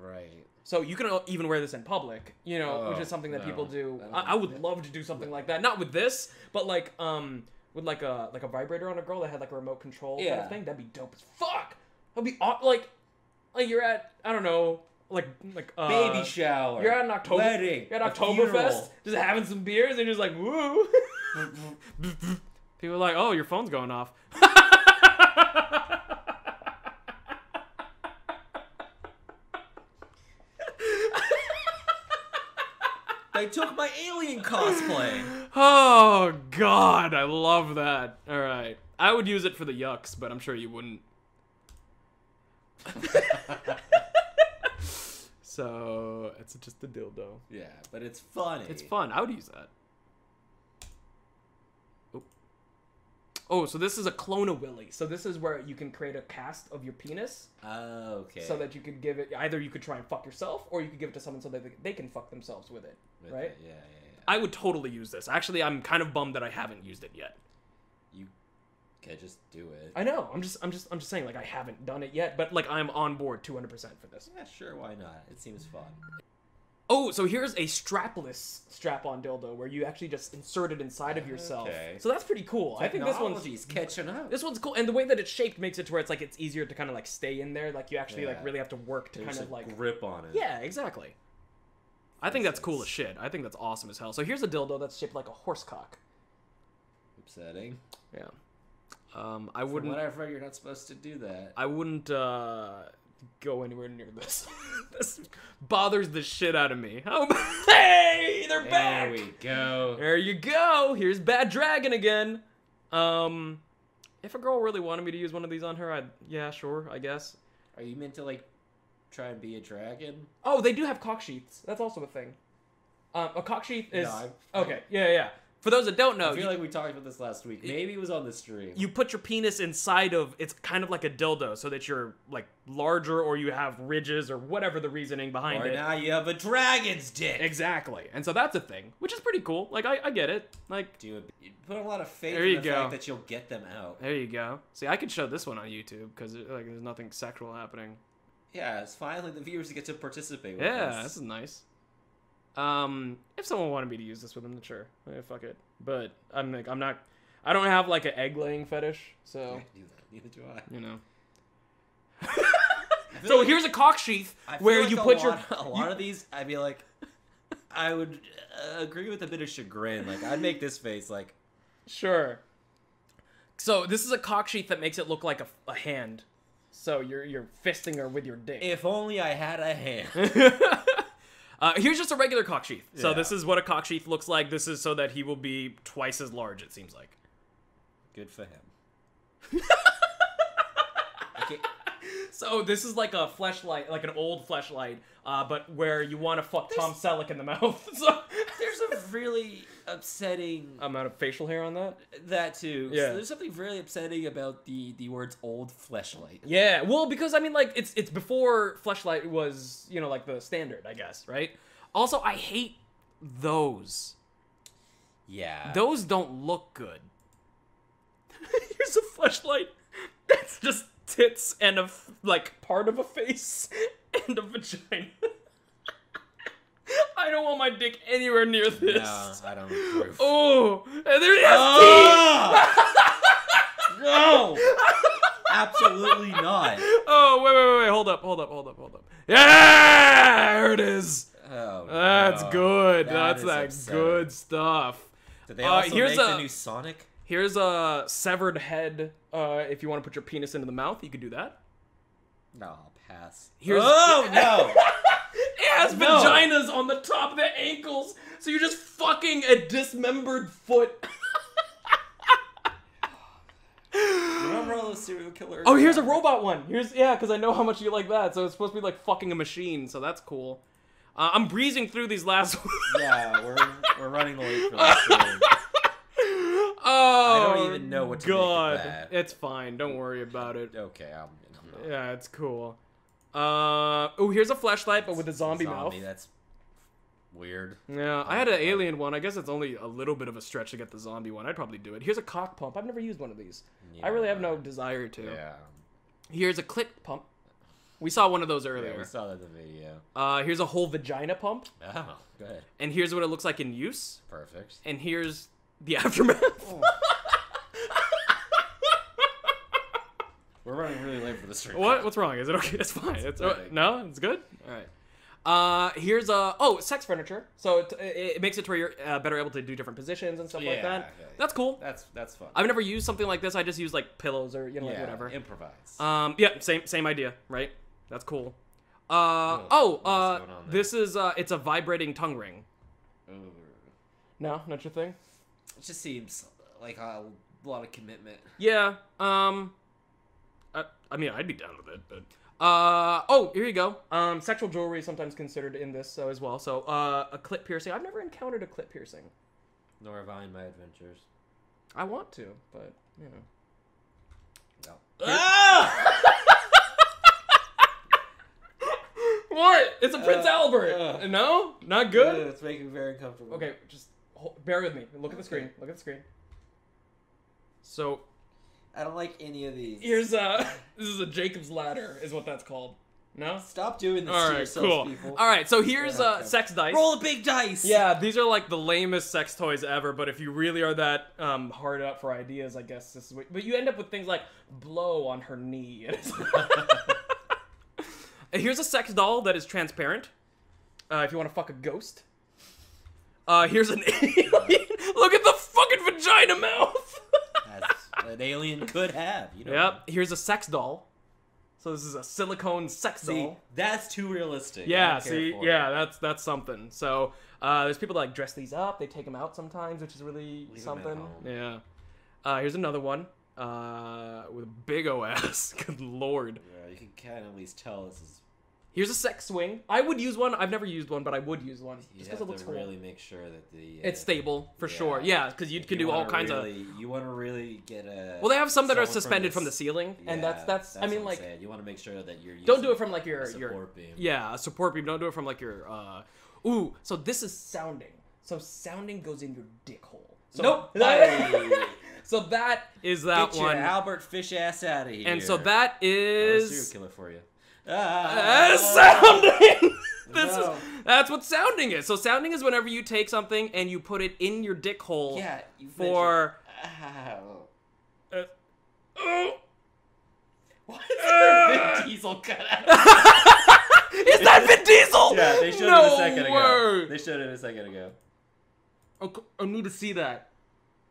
Right. So you can uh, even wear this in public, you know, which Oh, is something that no. people do. I don't I, I would think- love to do something like that. Not with this, but like um with like a like a vibrator on a girl that had like a remote control kind Yeah. of thing. That'd be dope as fuck. That'd be aw- like like you're at I don't know like like uh, Baby shower. You're at an October. Wedding. You're a at Oktoberfest, funeral. just having some beers, and you're just like, woo. Mm-hmm. People are like, oh, your phone's going off. They took my alien cosplay. oh God, I love that. All right, I would use it for the yucks, but I'm sure you wouldn't. So it's just a dildo. yeah, but it's funny. It's fun. I would use that. Oh. Oh, so this is a clone of Willy. So this is where you can create a cast of your penis. Oh, okay. so that you could give it either you could try and fuck yourself or you could give it to someone so that they- they can fuck themselves with it With right it, Yeah, yeah, i would totally use this actually i'm kind of bummed that i haven't used it yet yeah. You could just do it. i know i'm just i'm just i'm just saying like i haven't done it yet but like i'm on board 200% for this yeah, sure. Why not? It seems fun. oh so here's a strapless strap-on dildo where you actually just insert it inside of yourself Okay. so that's pretty cool i think this one's Technology's catching up. this one's cool and the way that it's shaped makes it to where it's like it's easier to kind of like stay in there like you actually Yeah. like really have to work to There's kind a of like grip on it. Yeah, exactly. I think that's cool sense. as shit. I think that's awesome as hell. So here's a dildo that's shaped like a horse cock. Upsetting. Yeah. Um, I From wouldn't. what I've read, you're not supposed to do that. I wouldn't uh, go anywhere near this. this bothers the shit out of me. How? hey, they're there back. we go. There you go. Here's Bad Dragon again. Um, if a girl really wanted me to use one of these on her, I'd yeah, sure, I guess. Are you meant to like try and be a dragon? Oh, they do have cock sheaths. That's also a thing. Um, a cock sheath is No, I've- okay. Yeah, yeah. For those that don't know, I feel you- like we talked about this last week. Maybe it was on the stream. you put your penis inside of it's kind of like a dildo so that you're like larger or you have ridges or whatever the reasoning behind or it now you have a dragon's dick. exactly and so that's a thing which is pretty cool like i, I get it like Do you you put a lot of faith There in you the go. fact that you'll get them out. there you go see i could show this one on youtube because like there's nothing sexual happening Yeah, it's finally the viewers get to participate. With yeah this. this is nice um if someone wanted me to use this with them then sure yeah, fuck it but i'm like i'm not i don't have like an egg laying fetish so Neither, neither do I. you know I feel so like- here's a cock sheath I feel where like you a put lot, your a lot of these. I'd be like, I would uh, agree with a bit of chagrin. Like I'd make this face. Like Sure. So this is a cock sheath that makes it look like a, a hand. So you're you're fisting her with your dick. if only I had a hand. uh, here's just a regular cock sheath. So Yeah. this is what a cock sheath looks like. This is so that he will be twice as large. It seems like. Good for him. okay. So this is like a fleshlight, like an old fleshlight, uh, but where you want to fuck Tom Selleck in the mouth. so There's a really upsetting amount of facial hair on that. that too. Yeah. So there's something really upsetting about the the words "old fleshlight." Yeah, well, because I mean, like, it's it's before flashlight was, you know, like the standard, I guess, right? Also, I hate those. Yeah. Those don't look good. You're There's a flashlight that's just tits and a f- like part of a face and a vagina. I don't want my dick anywhere near this. No, I don't approve. Oh, and there it has Oh! teeth. no! Absolutely not. Oh, wait, wait, wait, wait, hold up, hold up, hold up, hold up. Yeah, there it is. Oh, That's no. good. That That's is that upsetting. good stuff. Did they Uh, also here's make the a- new Sonic? Here's a severed head. Uh, if you want to put your penis into the mouth, you could do that. No, I'll pass. Here's- oh no! It has No. vaginas on the top of the ankles, so you're just fucking a dismembered foot. Remember all those serial killers? Oh, here's a robot one. Here's yeah, because I know how much you like that. So it's supposed to be like fucking a machine. So that's cool. Uh, I'm breezing through these last. Yeah, we're we're running late for this. one. oh, even know what to make of God, that. it's fine. Don't worry about it. Okay, I'm. I'm not. Yeah, it's cool. Uh, oh, here's a flashlight, but with a zombie, mouth. That's weird. Yeah, I had an alien one. I guess it's only a little bit of a stretch to get the zombie one. I'd probably do it. Here's a cock pump. I've never used one of these. I really have no desire to. Yeah. Here's a clit pump. We saw one of those Yeah, earlier. we saw that in the video. uh, here's a whole vagina pump, Oh, good. and here's what it looks like in use, Perfect. and here's the aftermath. Oh, We're running really late for this stream. what? What's wrong? Is it okay? It's fine. It's oh, pathetic. no, it's good. All right. Uh, here's a oh sex furniture. So it, it, it makes it to where you're uh, better able to do different positions and stuff like Yeah, that. yeah, yeah. That's cool. That's that's fun. I've never used something like this. I just use like pillows or you know like yeah, whatever. Improvise. Um, yeah, same same idea, right? That's cool. Uh, Oh, oh, what's uh, going on there? this is uh, it's a vibrating tongue ring. Ooh. No, not your thing. It just seems like a lot of commitment. Yeah. Um, I, I mean, I'd be down with it, but. Uh oh, here you go. Um, sexual jewelry is sometimes considered in this so as well. So uh, a clip piercing. I've never encountered a clip piercing. Nor have I in my adventures. I want to, but you know. No. Ah! What? It's a Prince Uh, Albert. uh. no, not good. it's making me very uncomfortable. Okay, just hold, bear with me. Look at the screen. Okay. Look at the screen. So I don't like any of these. here's a this is a Jacob's ladder, is what that's called. No. Stop doing this All to right, yourselves, cool. people. All right, so here's Yeah, uh, okay. sex dice. Roll a big dice. Yeah, these are like the lamest sex toys ever. But if you really are that um, hard up for ideas, I guess this is. What, but you end up with things like blow on her knee. and it's- And here's a sex doll that is transparent. Uh, if you want to fuck a ghost. Uh, here's an alien. Look at the fucking vagina mouth. As an alien could have. You know. yep. Here's a sex doll. So this is a silicone sex See, doll. that's too realistic. I Yeah, don't care see, for it. yeah, that's that's something. So uh, there's people that like dress these up. They take them out sometimes, which is really at something. home. Yeah. Uh, here's another one uh, with a big O ass. Good lord. Yeah, you can kind of at least tell this is. Here's a sex swing. I would use one. I've never used one, but I would use one You just have because it looks to cool. really make sure that the. uh, It's stable for Yeah. sure. Yeah, because you if can do all wanna kinds of. really, You want to really get a. Well, they have some that are someone suspended from the this- ceiling, and Yeah, that's that's. I mean, what I'm like, saying. you want to make sure that you're. don't using do it from like your a your support beam. yeah a support beam. Don't do it from like your. uh Ooh, so this is sounding. So sounding goes in your dick hole. So Nope. Hey. so that is that Get your one, Albert Fish ass out of here. and Oh, so that There's a is serial killer for you. uh, Ah, sounding. this No. is that's what sounding is. So sounding is whenever you take something and you put it in your dick hole Yeah. You for. uh, Ow. Oh. Why is there a Vin Diesel cut out? Is that Vin Diesel? yeah, they no showed it a second way. ago. They showed it a second ago. Okay, I need to see that.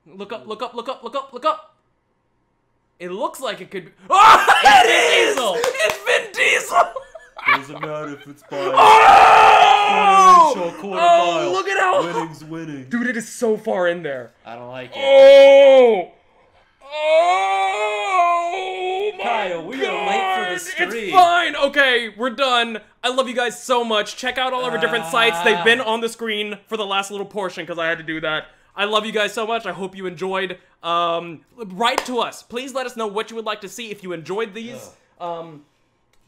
Look Hmm. up, look up, look up, look up, look up. It looks like it could be. Oh, it is! Diesel! It's Vin Diesel! Doesn't matter if it's by oh! oh, mile. look at how. winning. Dude, it is so far in there. I don't like it. Oh! Oh! My Kyle, we are God! late for the It's stream. fine. Okay, we're done. I love you guys so much. Check out all of our different sites. They've been Ah. on the screen for the last little portion because I had to do that. I love you guys so much. I hope you enjoyed. Um, write to us. Please let us know what you would like to see if you enjoyed these. Um,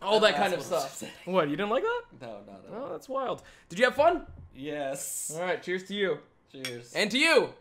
all that That's kind of what I was stuff. upsetting. What, you didn't like that? No, no, no. Oh, that's wild. Did you have fun? Yes. All right, cheers to you. Cheers. And to you.